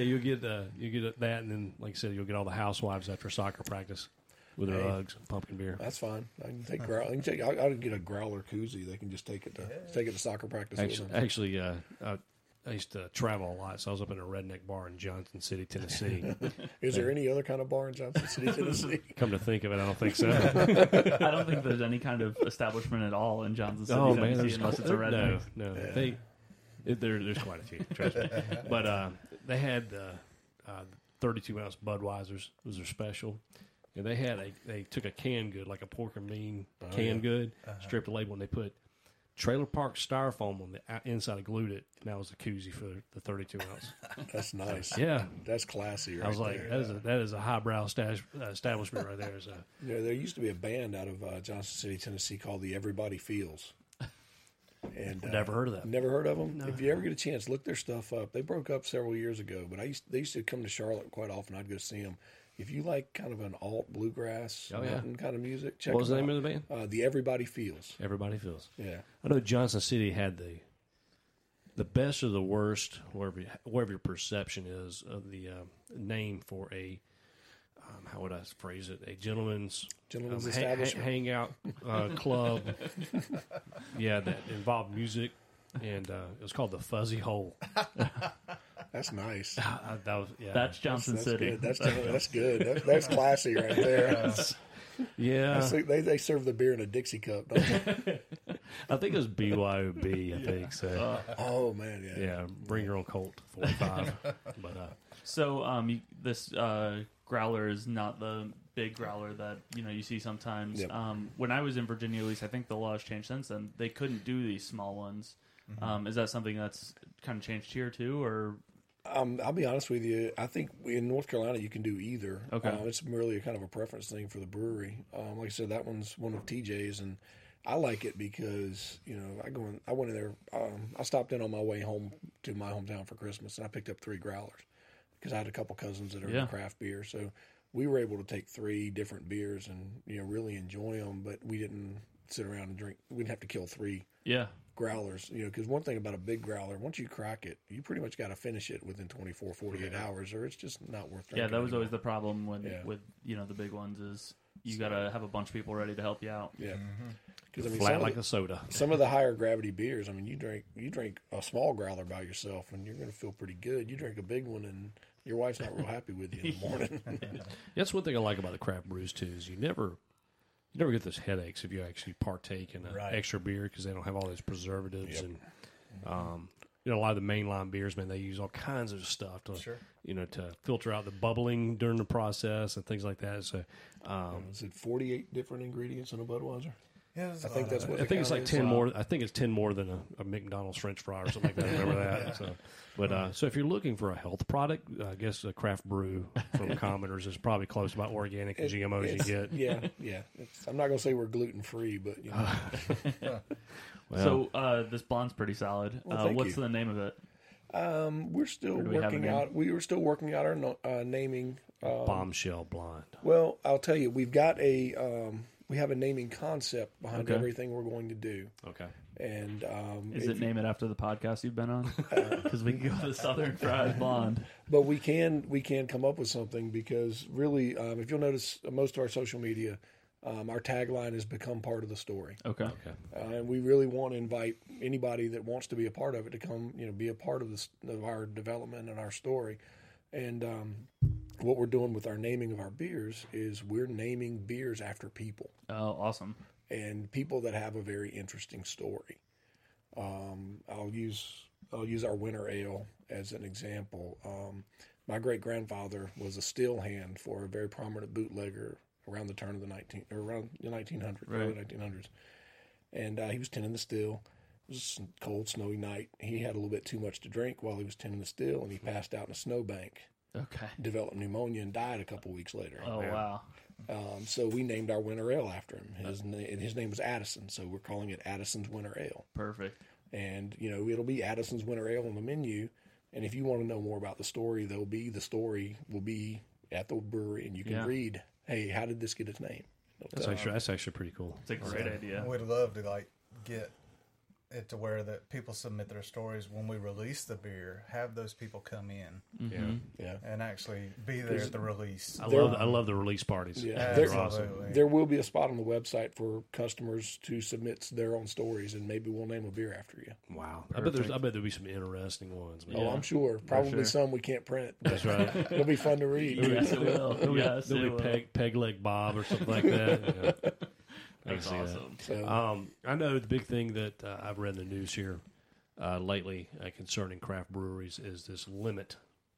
You'll get uh, you get that, and then like I said, you'll get all the housewives after soccer practice with their hugs, pumpkin beer.
That's fine. I can take growl. I can take. I, I can get a growler koozie. They can just take it to take it to soccer practice. with
Actually,
them.
actually uh, I, I used to travel a lot, so I was up in a redneck bar in Johnson City, Tennessee.
Is there any other kind of bar in Johnson City, Tennessee?
Come to think of it, I don't think so.
I don't think there's any kind of establishment at all in Johnson City,
oh man,
Tennessee,
there's
unless it's a redneck.
No, no, they it, there, there's quite a few. Trust me, but uh, they had the uh, 32 ounce Budweisers was their special. And they
Uh-huh.
had a they took a canned good like a pork and bean canned good, stripped the label, and they put trailer park styrofoam on the out- inside. I glued it, and that was the koozie for the 32 ounce.
That's nice.
yeah.
That's classy. Right
I was like,
there.
that is a, that is a highbrow stash, uh, establishment right there. So
You know, there used to be a band out of uh, Johnson City, Tennessee, called the Everybody Feels. And uh,
Never heard of that.
Never heard of them. If you ever get a chance, look their stuff up. They broke up several years ago, but I used they used to come to Charlotte quite often. I'd go see them. If you like kind of an alt bluegrass,
Oh, yeah.
mountain kind of music, check
What was the
'em
name
out.
of the band?
Uh, the Everybody Feels.
Everybody feels.
Yeah.
I know Johnson City had the the best or the worst, wherever you- wherever your perception is of the um name for a um, how would I phrase it? A gentleman's um,
Gentleman's
ha- ha-
establishment.
hangout uh, club. yeah, that involved music, and uh, it was called the Fuzzy Hole.
That's nice.
Uh, that was yeah.
That's Johnson
That's
City.
good. That's that's good. That, that's classy right there.
yeah.
So they they serve the beer in a Dixie cup. Don't they?
I think it was BYOB. I think so.
Oh man, yeah.
yeah, bring your own Colt forty five. but uh,
So um, you, this uh, growler is not the big growler that you know you see sometimes.
Yep.
Um, when I was in Virginia, at least I think the law has changed since then. They couldn't do these small ones.
Mm-hmm.
Um, is that something that's kind of changed here too, or
Um, I'll be honest with you. I think we- in North Carolina you can do either.
Okay.
Uh, it's merely a kind of a preference thing for the brewery. Um, like I said, that one's one of TJ's, and I like it because you know I go in, I went in there. Um, I stopped in on my way home to my hometown for Christmas, and I picked up three growlers because I had a couple cousins that are
Yeah.
in craft beer, so we were able to take three different beers and you know really enjoy them. But we didn't sit around and drink. We didn't have to kill three
yeah?
growlers you know because one thing about a big growler once you crack it you pretty much got to finish it within 24 48 hours or it's just not worth
Yeah,
drinking
that was
anymore.
always the problem when
Yeah.
with you know the big ones is you gotta have a bunch of people ready to help you out.
yeah because i mean
flat
some,
like
of
a soda.
the, some of the higher gravity beers i mean you drink you drink a small growler by yourself and you're going to feel pretty good you drink a big one and your wife's not real happy with you in the morning
That's one thing I like about the craft brews too is you never, you never get those headaches if you actually partake in an
Right.
extra beer because they don't have all those preservatives and, um, you know, a lot of the mainline beers, man, they use all kinds of stuff to,
Sure.
you know, to filter out the bubbling during the process and things like that. So, um,
is it 48 different ingredients in a budweiser
Yeah, there's a
I think
lot
that's
of
what
that.
I think it's like
is,
ten more. I think it's ten more than a, a McDonald's French fry or something like that. I remember that? So, but uh, so if you're looking for a health product, I guess a craft brew from Commoners is probably close about organic and GMOs you
It's-
get.
yeah yeah it's, i'm not going to say we're gluten free but you know
So uh, this blonde's pretty solid.
Well,
uh,
thank
what's
you.
the name of it?
um, we're still
do we have a
working
name?
out we were still working out our no, uh, naming
Bombshell blonde.
Well, I'll tell you, we've got a um, we have a naming concept behind
Okay.
everything we're going to do,
Okay.
and um,
Is
if-
it name it after the podcast you've been on? Because we can go the Southern Fried Blonde.
but we can we can come up with something because really, um, if you'll notice, uh, most of our social media, um, our tagline has become part of the story,
Okay.
uh, and we really want to invite anybody that wants to be a part of it to come, you know, be a part of this of our development and our story, and um, what we're doing with our naming of our beers is we're naming beers after people.
Oh, awesome.
and people that have a very interesting story. Um, I'll use I'll use our winter ale as an example. Um, my great grandfather was a steel hand for a very prominent bootlegger around the turn of the nineteen or around the nineteen hundred early
Right.
nineteen hundreds, and uh, he was tending the still. It was a cold, snowy night. He had a little bit too much to drink while he was tending the still, and he passed out in a snowbank,
Okay.
developed pneumonia, and died a couple weeks later.
Oh wow.
Um, so we named our winter ale after him. His, na- and his name was Addison, so we're calling it Addison's Winter Ale.
Perfect.
And you know it'll be Addison's Winter Ale on the menu. And if you want to know more about the story, there'll be the story will be at the brewery, and you can
Yeah.
read. Hey, how did this get its name? uh,
That's actually that's actually pretty cool.
It's a great idea.
We'd love to like get it to where that people submit their stories when we release the beer. Have those people come in
Mm. Yeah,
and actually be there at the release.
I love I love the release parties.
yeah.
They're
There-
awesome.
Absolutely.
There will be a spot on the website for customers to submit their own stories, and maybe we'll name a beer after you.
Wow. I bet there's I bet there'll be some interesting ones. Man.
Oh, I'm sure. Probably
sure.
some we can't print.
That's right.
It'll be fun to read.
Yes, it will. Yes, it
There'll
will.
be peg peg leg Bob or something like that. Yeah. I can
That's
see that.
awesome.
So,
Um, I know the big thing that uh, I've read in the news here uh, lately uh, concerning craft breweries is this limit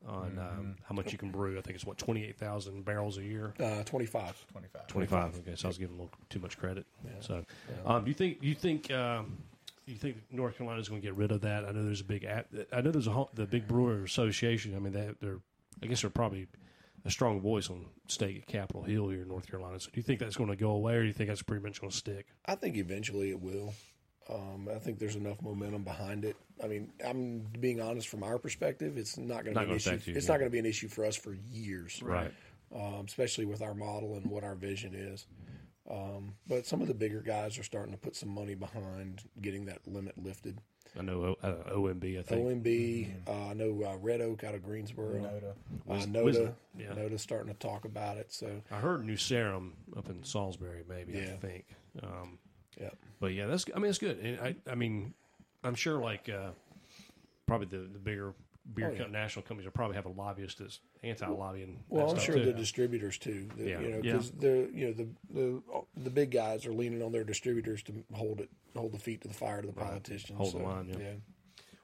on
Mm-hmm.
um, how much you can brew. I think it's what twenty eight thousand barrels a year.
uh, Twenty-five.
Twenty five.
Twenty five. Okay, so I was giving a little too much credit. So, um, you think you think um, you think North Carolina's going to get rid of that? I know there's a big. app- I know there's a whole, the Big Brewer Association. I mean, they, they're. I guess they're probably a strong voice on state Capitol Hill here in North Carolina. So, do you think that's going to go away, or do you think that's pretty much going to stick?
I think eventually it will. Um, I think there's enough momentum behind it. I mean, I'm being honest from our perspective. It's not
Not
going to be an
gonna
issue.
affect you,
it's
yeah.
not going to be an issue for us for years,
Right.
Um, especially with our model and what our vision is. Um, but some of the bigger guys are starting to put some money behind getting that limit lifted.
I know uh, OMB. I think
OMB, uh, I know uh, Red Oak out of Greensboro, NOTA, uh, NOTA,
Wisdom, yeah.
NOTA's starting to talk about it. So,
I heard New Serum up in Salisbury, maybe. I
Yeah.
think. Um,
yeah,
But yeah, that's. I mean, it's good. And I, I mean, I'm sure like uh, probably the, the bigger beer
Oh, yeah.
co- national companies will probably have a lobbyist that's anti-lobbying.
Well,
that
I'm
stuff,
sure
too.
the distributors too. The,
Yeah.
You know,
Yeah.
because the you know the, the the big guys are leaning on their distributors to hold it, hold the feet to the fire to the politicians.
Hold
so,
the line, yeah.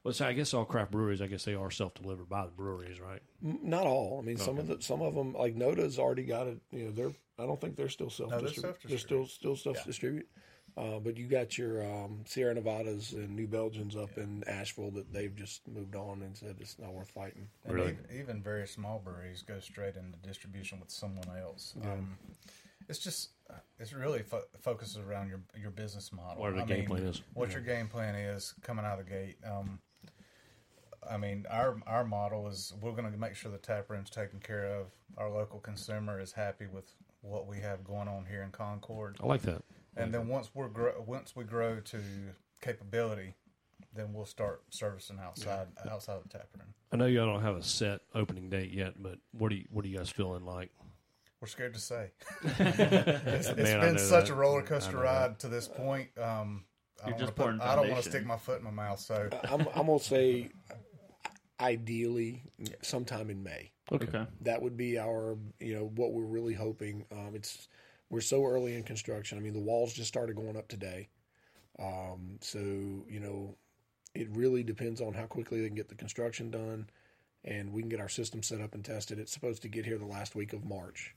well, so I guess all craft breweries. I guess they are self-delivered by the breweries, right?
M- Not all. I mean, some of the some of them like Noda's already got it. You know, they're I don't think they're still self.
self-distributed.
they're still still self distribute. Uh, but you got your um, Sierra Nevadas and New Belgians up in Asheville that they've just moved on and said it's not worth fighting.
And
Really?
ev- even very small breweries go straight into distribution with someone else. Um, it's just uh, it's really fo- focuses around your your business model.
What the game plan is.
What
Yeah.
your game plan is coming out of the gate. Um, I mean, our our model is we're going to make sure the tap room's taken care of. Our local consumer is happy with what we have going on here in Concord.
I like that.
And then once we're grow, once we grow to capability, then we'll start servicing outside outside the tap room.
I know y'all don't have a set opening date yet, but what do you what are you guys feeling like?
We're scared to say.
It's
It's been such a roller coaster ride to this point. Um, I
You're
don't
just pouring
wanna put, I don't want
foundation.
to stick my foot in my mouth. So
I'm, I'm gonna say, ideally, sometime in May.
Okay.
that would be our you know what we're really hoping um, it's we're so early in construction i mean the walls just started going up today um, so you know it really depends on how quickly they can get the construction done and we can get our system set up and tested it's supposed to get here the last week of march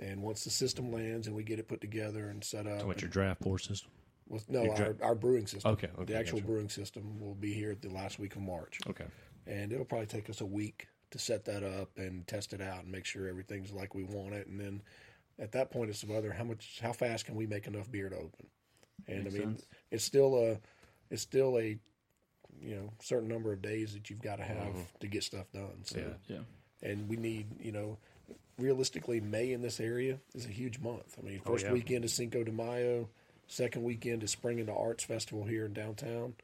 and once the system lands and we get it put together and set up
What's your draft board system?
well, no
dra-
our, our brewing system
Okay, okay,
the actual
gotcha.
brewing system will be here at the last week of march
Okay.
and it'll probably take us a week to set that up and test it out and make sure everything's like we want it and then at that point it's about how much how fast can we make enough beer to open and i mean it's still a it's still a you know certain number of days that you've got to have to get stuff done so
Yeah.
and we need you know realistically may in this area is a huge month i mean first
yeah.
weekend is cinco de mayo second weekend is spring into arts festival here in downtown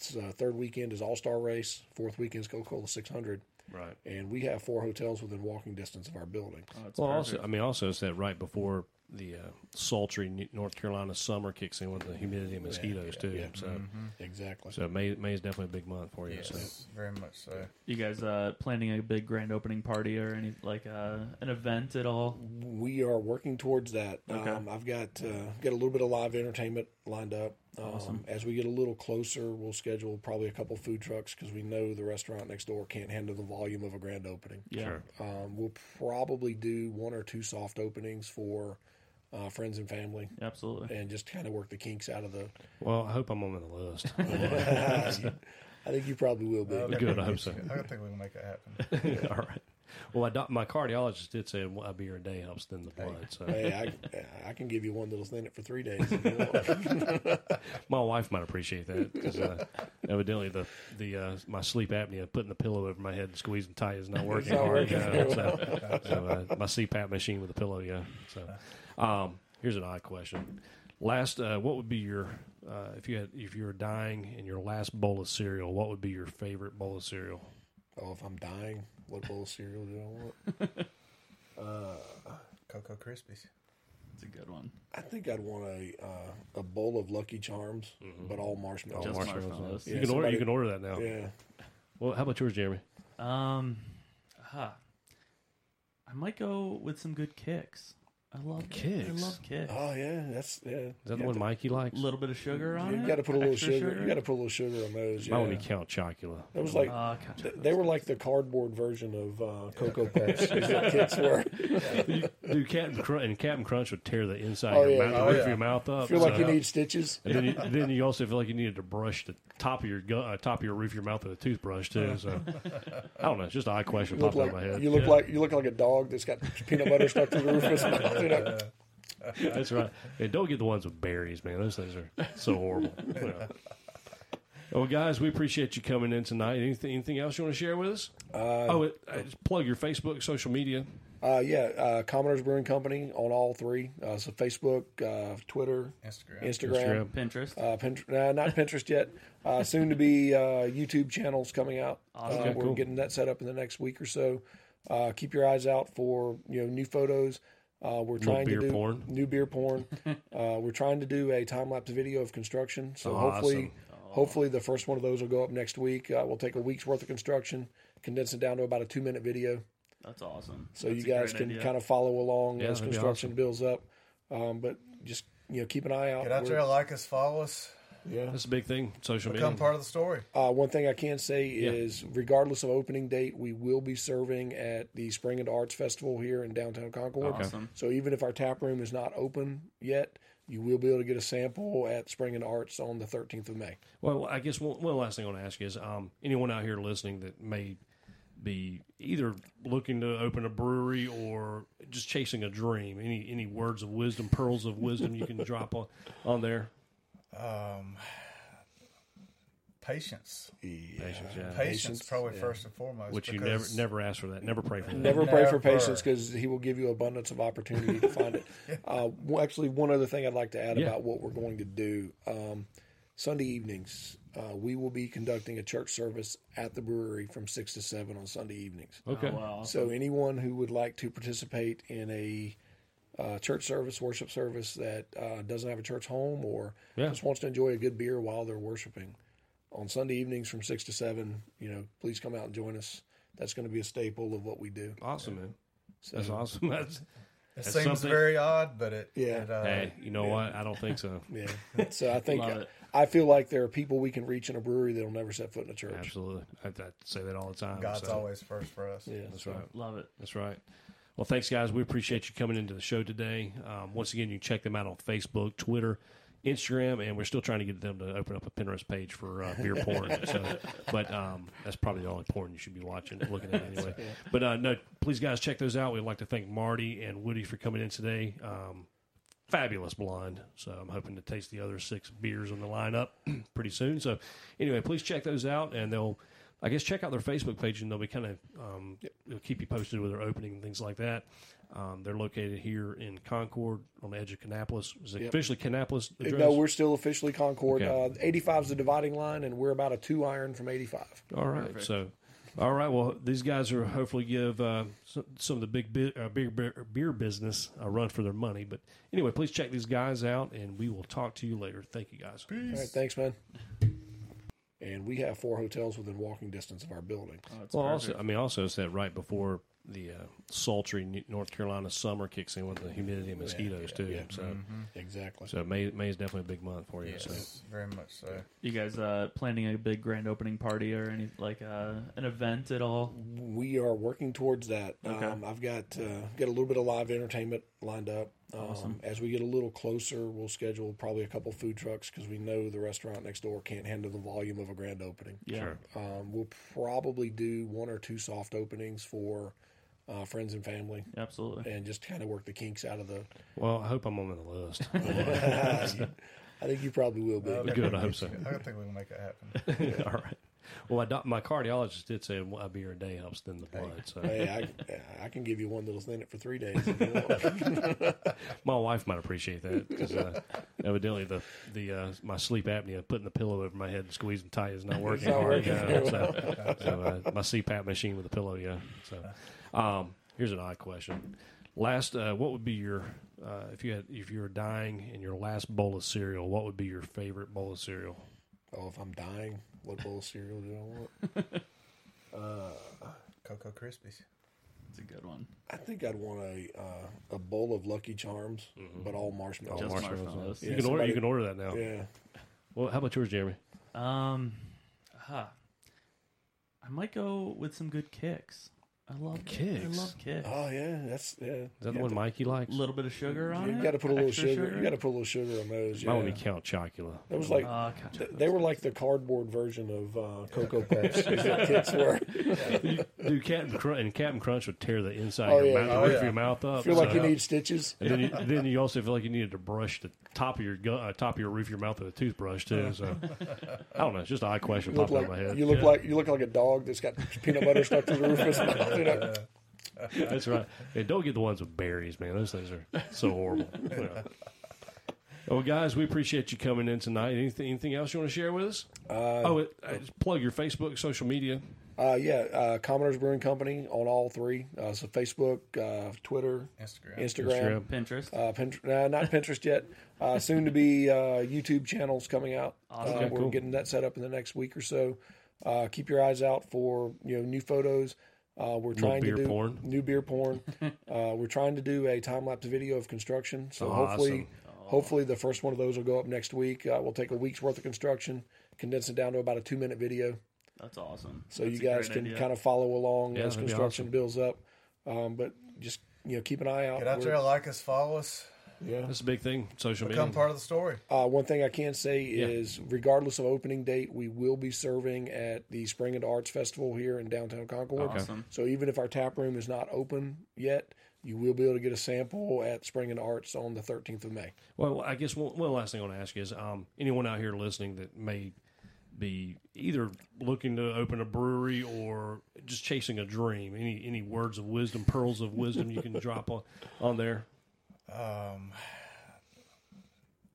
S- uh, third weekend is all star race fourth weekend is coca-cola 600
Right.
and we have four hotels within walking distance of our building
Oh,
Well, also, I mean, also it's that right before the uh, sultry N- North Carolina summer kicks in with the humidity and mosquitoes too.
yeah. Mm-hmm.
So,
exactly
so May May is definitely a big month for you. So.
yes, very much so.
You guys uh, planning a big grand opening party or any like uh, an event at all?
Mm-hmm. we are working towards that. Um, I've got uh, got a little bit of live entertainment lined up. Um, As we get a little closer, we'll schedule probably a couple food trucks because we know the restaurant next door can't handle the volume of a grand opening.
Yeah.
Um, we'll probably do one or two soft openings for uh, friends and family,
Absolutely.
and just kind of work the kinks out of the.
Well, I hope I'm on the list.
I think you probably will be.
Good, I hope so.
I don't think we can make it happen.
All right. Well, my, doc, my cardiologist did say a beer a day helps thin the blood. So
Hey, I, I can give you one that'll thin it for three days. if you want.
my wife might appreciate that because uh, evidently the the uh, my sleep apnea, putting the pillow over my head and squeezing tight, is not working
not
hard.
working
yeah.
very
so so uh, my CPAP machine with a pillow, yeah. So um, here's an odd question. Last, uh, what would be your uh, if you had if you were dying and your last bowl of cereal? What would be your favorite bowl of cereal?
oh, if I'm dying, what bowl of cereal do I want?
Cocoa Krispies.
It's a good one.
I think I'd want a uh, a bowl of Lucky Charms, but all marshmallows.
Just
marshmallows,
marshmallows.
you
Uh, Yeah,
can order.
somebody-
You can order that now.
yeah,
Well, how about yours, Jeremy?
Um, ah, I might go with some good kicks. I love
Kicks.
I love kicks.
Oh yeah, that's yeah.
Is that the one Mikey likes?
A little bit of sugar on it.
You got to put a little
Extra
sugar. You got to put a little sugar on those.
Might
Yeah.
want to be Count Chocula.
That was like
Uh, kind
th- they were like the cardboard version of uh, Cocoa Puffs. is what kids were.
Dude, Captain Crunch and Captain Crunch would tear the inside
Oh,
of your
yeah.
mouth, the
Oh,
roof of
yeah.
your mouth up.
Feel like
so-
you need stitches.
And then, you, then you also feel like you needed to brush the top of your gu- uh, top of your roof of your mouth with a toothbrush too. So I don't know, it's just an odd question
You look
popped
like
out of my head.
you look like you look like a dog that's got peanut butter stuck to the roof. of his mouth, you know?
That's right. And don't get the ones with berries, man. Those things are so horrible. Yeah. Well, guys, we appreciate you coming in tonight. Anything, anything else you want to share with us? oh, it, uh, just plug your Facebook, social media.
Uh, yeah, uh, Commoners Brewing Company on all three. Uh, so Facebook, uh, Twitter,
Instagram.
Instagram,
of Pinterest.
Uh, Pinterest, nah, not Pinterest yet. Uh, soon to be uh, YouTube channels coming out. Uh,
Okay,
we're
cool.
getting that set up in the next week or so. Uh, keep your eyes out for you know new photos. Uh, we're trying
beer
to do
porn.
new beer porn. uh, we're trying to do a time lapse video of construction. So hopefully, hopefully the first one of those will go up next week. Uh, we'll take a week's worth of construction, condense it down to about a two minute video.
That's awesome.
So
That's
you
a
guys
great
can
idea.
kind of follow along
Yeah,
as
that'd be
construction builds up. Um, but just you know, keep an eye out.
Get out
We're-
there, like us, follow us,
yeah.
That's a big thing. Social
become
media.
part of the story.
Uh, one thing I can say is, regardless of opening date, we will be serving at the Spring into Arts Festival here in downtown Concord.
Awesome.
So even if our tap room is not open yet, you will be able to get a sample at Spring into Arts on the 13th of May.
Well, I guess one, one last thing I want to ask you is um, anyone out here listening that may be either looking to open a brewery or just chasing a dream, any any words of wisdom, pearls of wisdom you can drop on, on there?
Patience.
Patience, yeah.
Patience,
Patience,
probably first and foremost.
Which you never
because-
never ask for that. Never pray for that.
Never pray
Never.
for patience because he will give you abundance of opportunity to find it. uh, well, actually, one other thing I'd like to add
Yeah.
about what we're going to do um, Sunday evenings, uh, we will be conducting a church service at the brewery from 6 to 7 on Sunday evenings.
Okay.
Oh, Wow.
So anyone who would like to participate in a uh, church service, worship service that uh, doesn't have a church home or
Yeah.
just wants to enjoy a good beer while they're worshiping on Sunday evenings from six to seven, you know, please come out and join us. That's going to be a staple of what we do.
Awesome, man. That's awesome. That's,
It
that's
seems
something-
very odd, but it.
Yeah.
It, uh,
Hey, you know what? I don't think so.
Yeah. So I think
Love it.
I feel like there are people we can reach in a brewery that'll never set foot in a church.
Absolutely. I, I say that all the time.
God's
so.
always first for us.
Yeah.
That's right.
Love it.
That's right. Well, thanks, guys. We appreciate you coming into the show today. Um, once again, you can check them out on Facebook, Twitter, Instagram, and we're still trying to get them to open up a Pinterest page for uh, beer porn. so, but um, that's probably the only porn you should be watching, looking at anyway. But uh, no, please, guys, check those out. We'd like to thank Marty and Woody for coming in today. Um, fabulous blonde. So I'm hoping to taste the other six beers on the lineup pretty soon. So anyway, please check those out, and they'll, I guess, check out their Facebook page, and they'll be kind of um, they'll keep you posted with their opening and things like that. Um, they're located here in Concord on the edge of Canapolis. Is it officially Canapolis address?
No, we're still officially Concord.
Okay.
Uh, 85 is the dividing line, and we're about a two iron from 85.
All right. So, all right. Well, these guys are hopefully give uh, some, some of the big bi- uh, beer, beer beer business a run for their money. But anyway, please check these guys out, and we will talk to you later. Thank you, guys.
All right, thanks, man. And we have four hotels within walking distance of our building.
Oh,
Well, also, I mean, also it's that right before the uh, sultry N- North Carolina summer kicks in with the humidity and mosquitoes too. So,
Mm-hmm. Exactly.
so May May is definitely a big month for you. So.
Yes, very much so.
You guys uh, planning a big grand opening party or any like uh, an event at all?
We are working towards that. Um, I've got uh, got a little bit of live entertainment lined up. Um, As we get a little closer, we'll schedule probably a couple food trucks because we know the restaurant next door can't handle the volume of a grand opening.
Yeah.
Um, we'll probably do one or two soft openings for uh, friends and family,
Absolutely.
and just kind of work the kinks out of the.
Well, I hope I'm on the list.
I think you probably will be.
Good, I hope so.
I think we can make it happen.
All right. Well, my, doc, my cardiologist did say a beer a day helps thin the blood. So
Hey, I, I can give you one that'll thin it for three days. If you want.
my wife might appreciate that because uh, evidently the the uh, my sleep apnea, putting the pillow over my head and squeezing tight is not working
not
hard.
working
yeah.
very
so so uh, my CPAP machine with a pillow, yeah. So um, here's an odd question. Last, uh, what would be your uh, if you had if you were dying and your last bowl of cereal? What would be your favorite bowl of cereal?
oh, if I'm dying, what bowl of cereal do I want?
Cocoa Krispies.
It's a good one.
I think I'd want a uh, a bowl of Lucky Charms, but all Mm-hmm. marshmallows.
Just
marshmallows,
marshmallows.
You
Yeah,
can order. You
somebody-
can order that now.
Yeah,
Well, how about yours, Jeremy?
Um, huh. I might go with some good kicks. I love kicks. I love kicks.
oh yeah, that's yeah. Is
Is that the one Mikey
A
likes?
little bit of sugar on it.
You got to put a little
Extra
sugar. You got to put a little sugar on those.
Mine
Yeah.
would be Count Chocula.
That was like
Uh, God,
th- they were like the cardboard version of uh, Cocoa Puffs. is what kids were.
Dude, Captain Crunch and Captain Crunch would tear the inside
Oh,
of your
yeah.
mouth,
Oh,
the roof
yeah.
of your mouth up.
Feel like
So-
you need stitches.
And then you, then you also feel like you needed to brush the top of your gu- uh, top of your roof of your mouth with a toothbrush too. So I don't know. It's just an odd question
You look
popping
like
out of my head.
you look
Yeah,
like you look like a dog that's got peanut butter stuck to the roof of his mouth. You know?
that's right. And don't get the ones with berries, man. Those things are so horrible. Yeah. Well, guys, we appreciate you coming in tonight. Anything, anything else you want to share with us? oh, it, uh, just plug your Facebook, social media.
Uh, yeah, uh, Commoners Brewing Company on all three. Uh, so Facebook, uh, Twitter,
Instagram.
Instagram,
Pinterest.
Uh, Pinterest, nah, not Pinterest yet. Uh, soon to be uh, YouTube channels coming out. Uh,
Okay,
we're
cool.
getting that set up in the next week or so. Uh, keep your eyes out for you know new photos. Uh, we're trying
beer
to do
porn.
new beer porn. uh, we're trying to do a time lapse video of construction. So hopefully, hopefully the first one of those will go up next week. Uh, we'll take a week's worth of construction, condense it down to about a two minute video.
That's awesome.
So you guys can kind of follow along as
that'd be
construction
awesome.
builds up. Um, but just you know keep an eye out.
Get out
We're-
there, like us, follow us,
yeah.
That's a big thing. Social
become
media.
part of the story.
Uh, one thing I can say is, regardless of opening date, we will be serving at the Spring into Arts Festival here in downtown Concord.
Awesome.
So even if our tap room is not open yet, you will be able to get a sample at Spring into Arts on the 13th of May.
Well, I guess one, one last thing I want to ask you is um, anyone out here listening that may be either looking to open a brewery or just chasing a dream, any any words of wisdom, pearls of wisdom you can drop on, on there?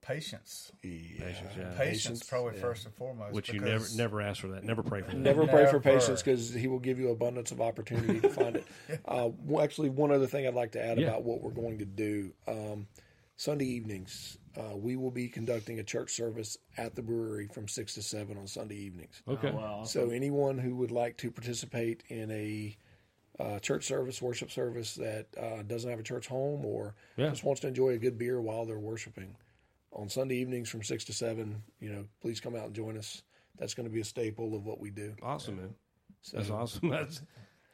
Patience.
Patience, yeah.
Patience,
Patience,
probably first and foremost.
Which you never
because-
never ask for that. Never pray for that.
Never pray
Never.
for patience because he will give you abundance of opportunity to find it. Uh, well, actually, one other thing I'd like to add
Yeah.
about what we're going to do um, Sunday evenings, uh, we will be conducting a church service at the brewery from 6 to 7 on Sunday evenings.
Oh, Okay.
Wow.
So anyone who would like to participate in a uh, church service, worship service that uh, doesn't have a church home or
Yeah.
just wants to enjoy a good beer while they're worshiping on Sunday evenings from six to seven, you know, please come out and join us. That's going to be a staple of what we do.
Awesome, man.
So,
That's awesome. That's,
It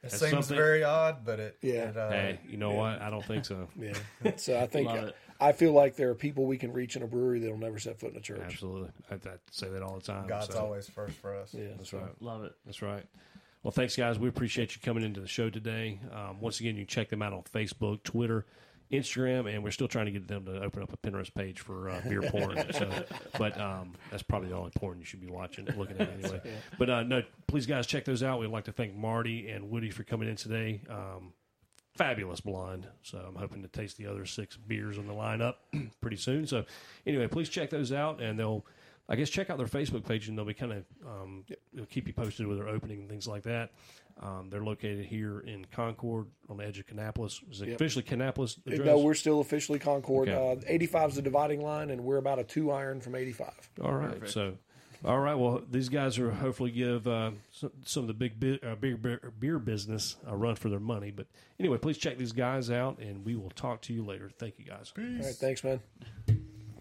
that's
seems
something-
very odd, but it.
Yeah.
It, uh,
Hey, you know what? I don't think so.
Yeah. So I think
Love it.
I feel like there are people we can reach in a brewery that'll never set foot in a church.
Absolutely. I, I say that all the time.
God's
so.
always first for us.
Yeah.
That's right.
Love it.
That's right. Well, thanks, guys. We appreciate you coming into the show today. Um, once again, you can check them out on Facebook, Twitter, Instagram, and we're still trying to get them to open up a Pinterest page for uh, beer porn. so, but um, that's probably the only porn you should be watching, looking at anyway. But uh, no, please, guys, check those out. We'd like to thank Marty and Woody for coming in today. Um, fabulous blonde. So I'm hoping to taste the other six beers on the lineup pretty soon. So anyway, please check those out, and they'll, I guess, check out their Facebook page, and they'll be kind of, um, they'll keep you posted with their opening and things like that. Um, they're located here in Concord on the edge of Canapolis. Is it officially Canapolis? Address?
No, we're still officially Concord.
Okay.
Uh, 85 is the dividing line, and we're about a two iron from 85.
All right. So, all right. Well, these guys are hopefully give uh, some, some of the big bi- uh, beer, beer beer business a run for their money. But anyway, please check these guys out, and we will talk to you later. Thank you, guys.
All right. Thanks, man.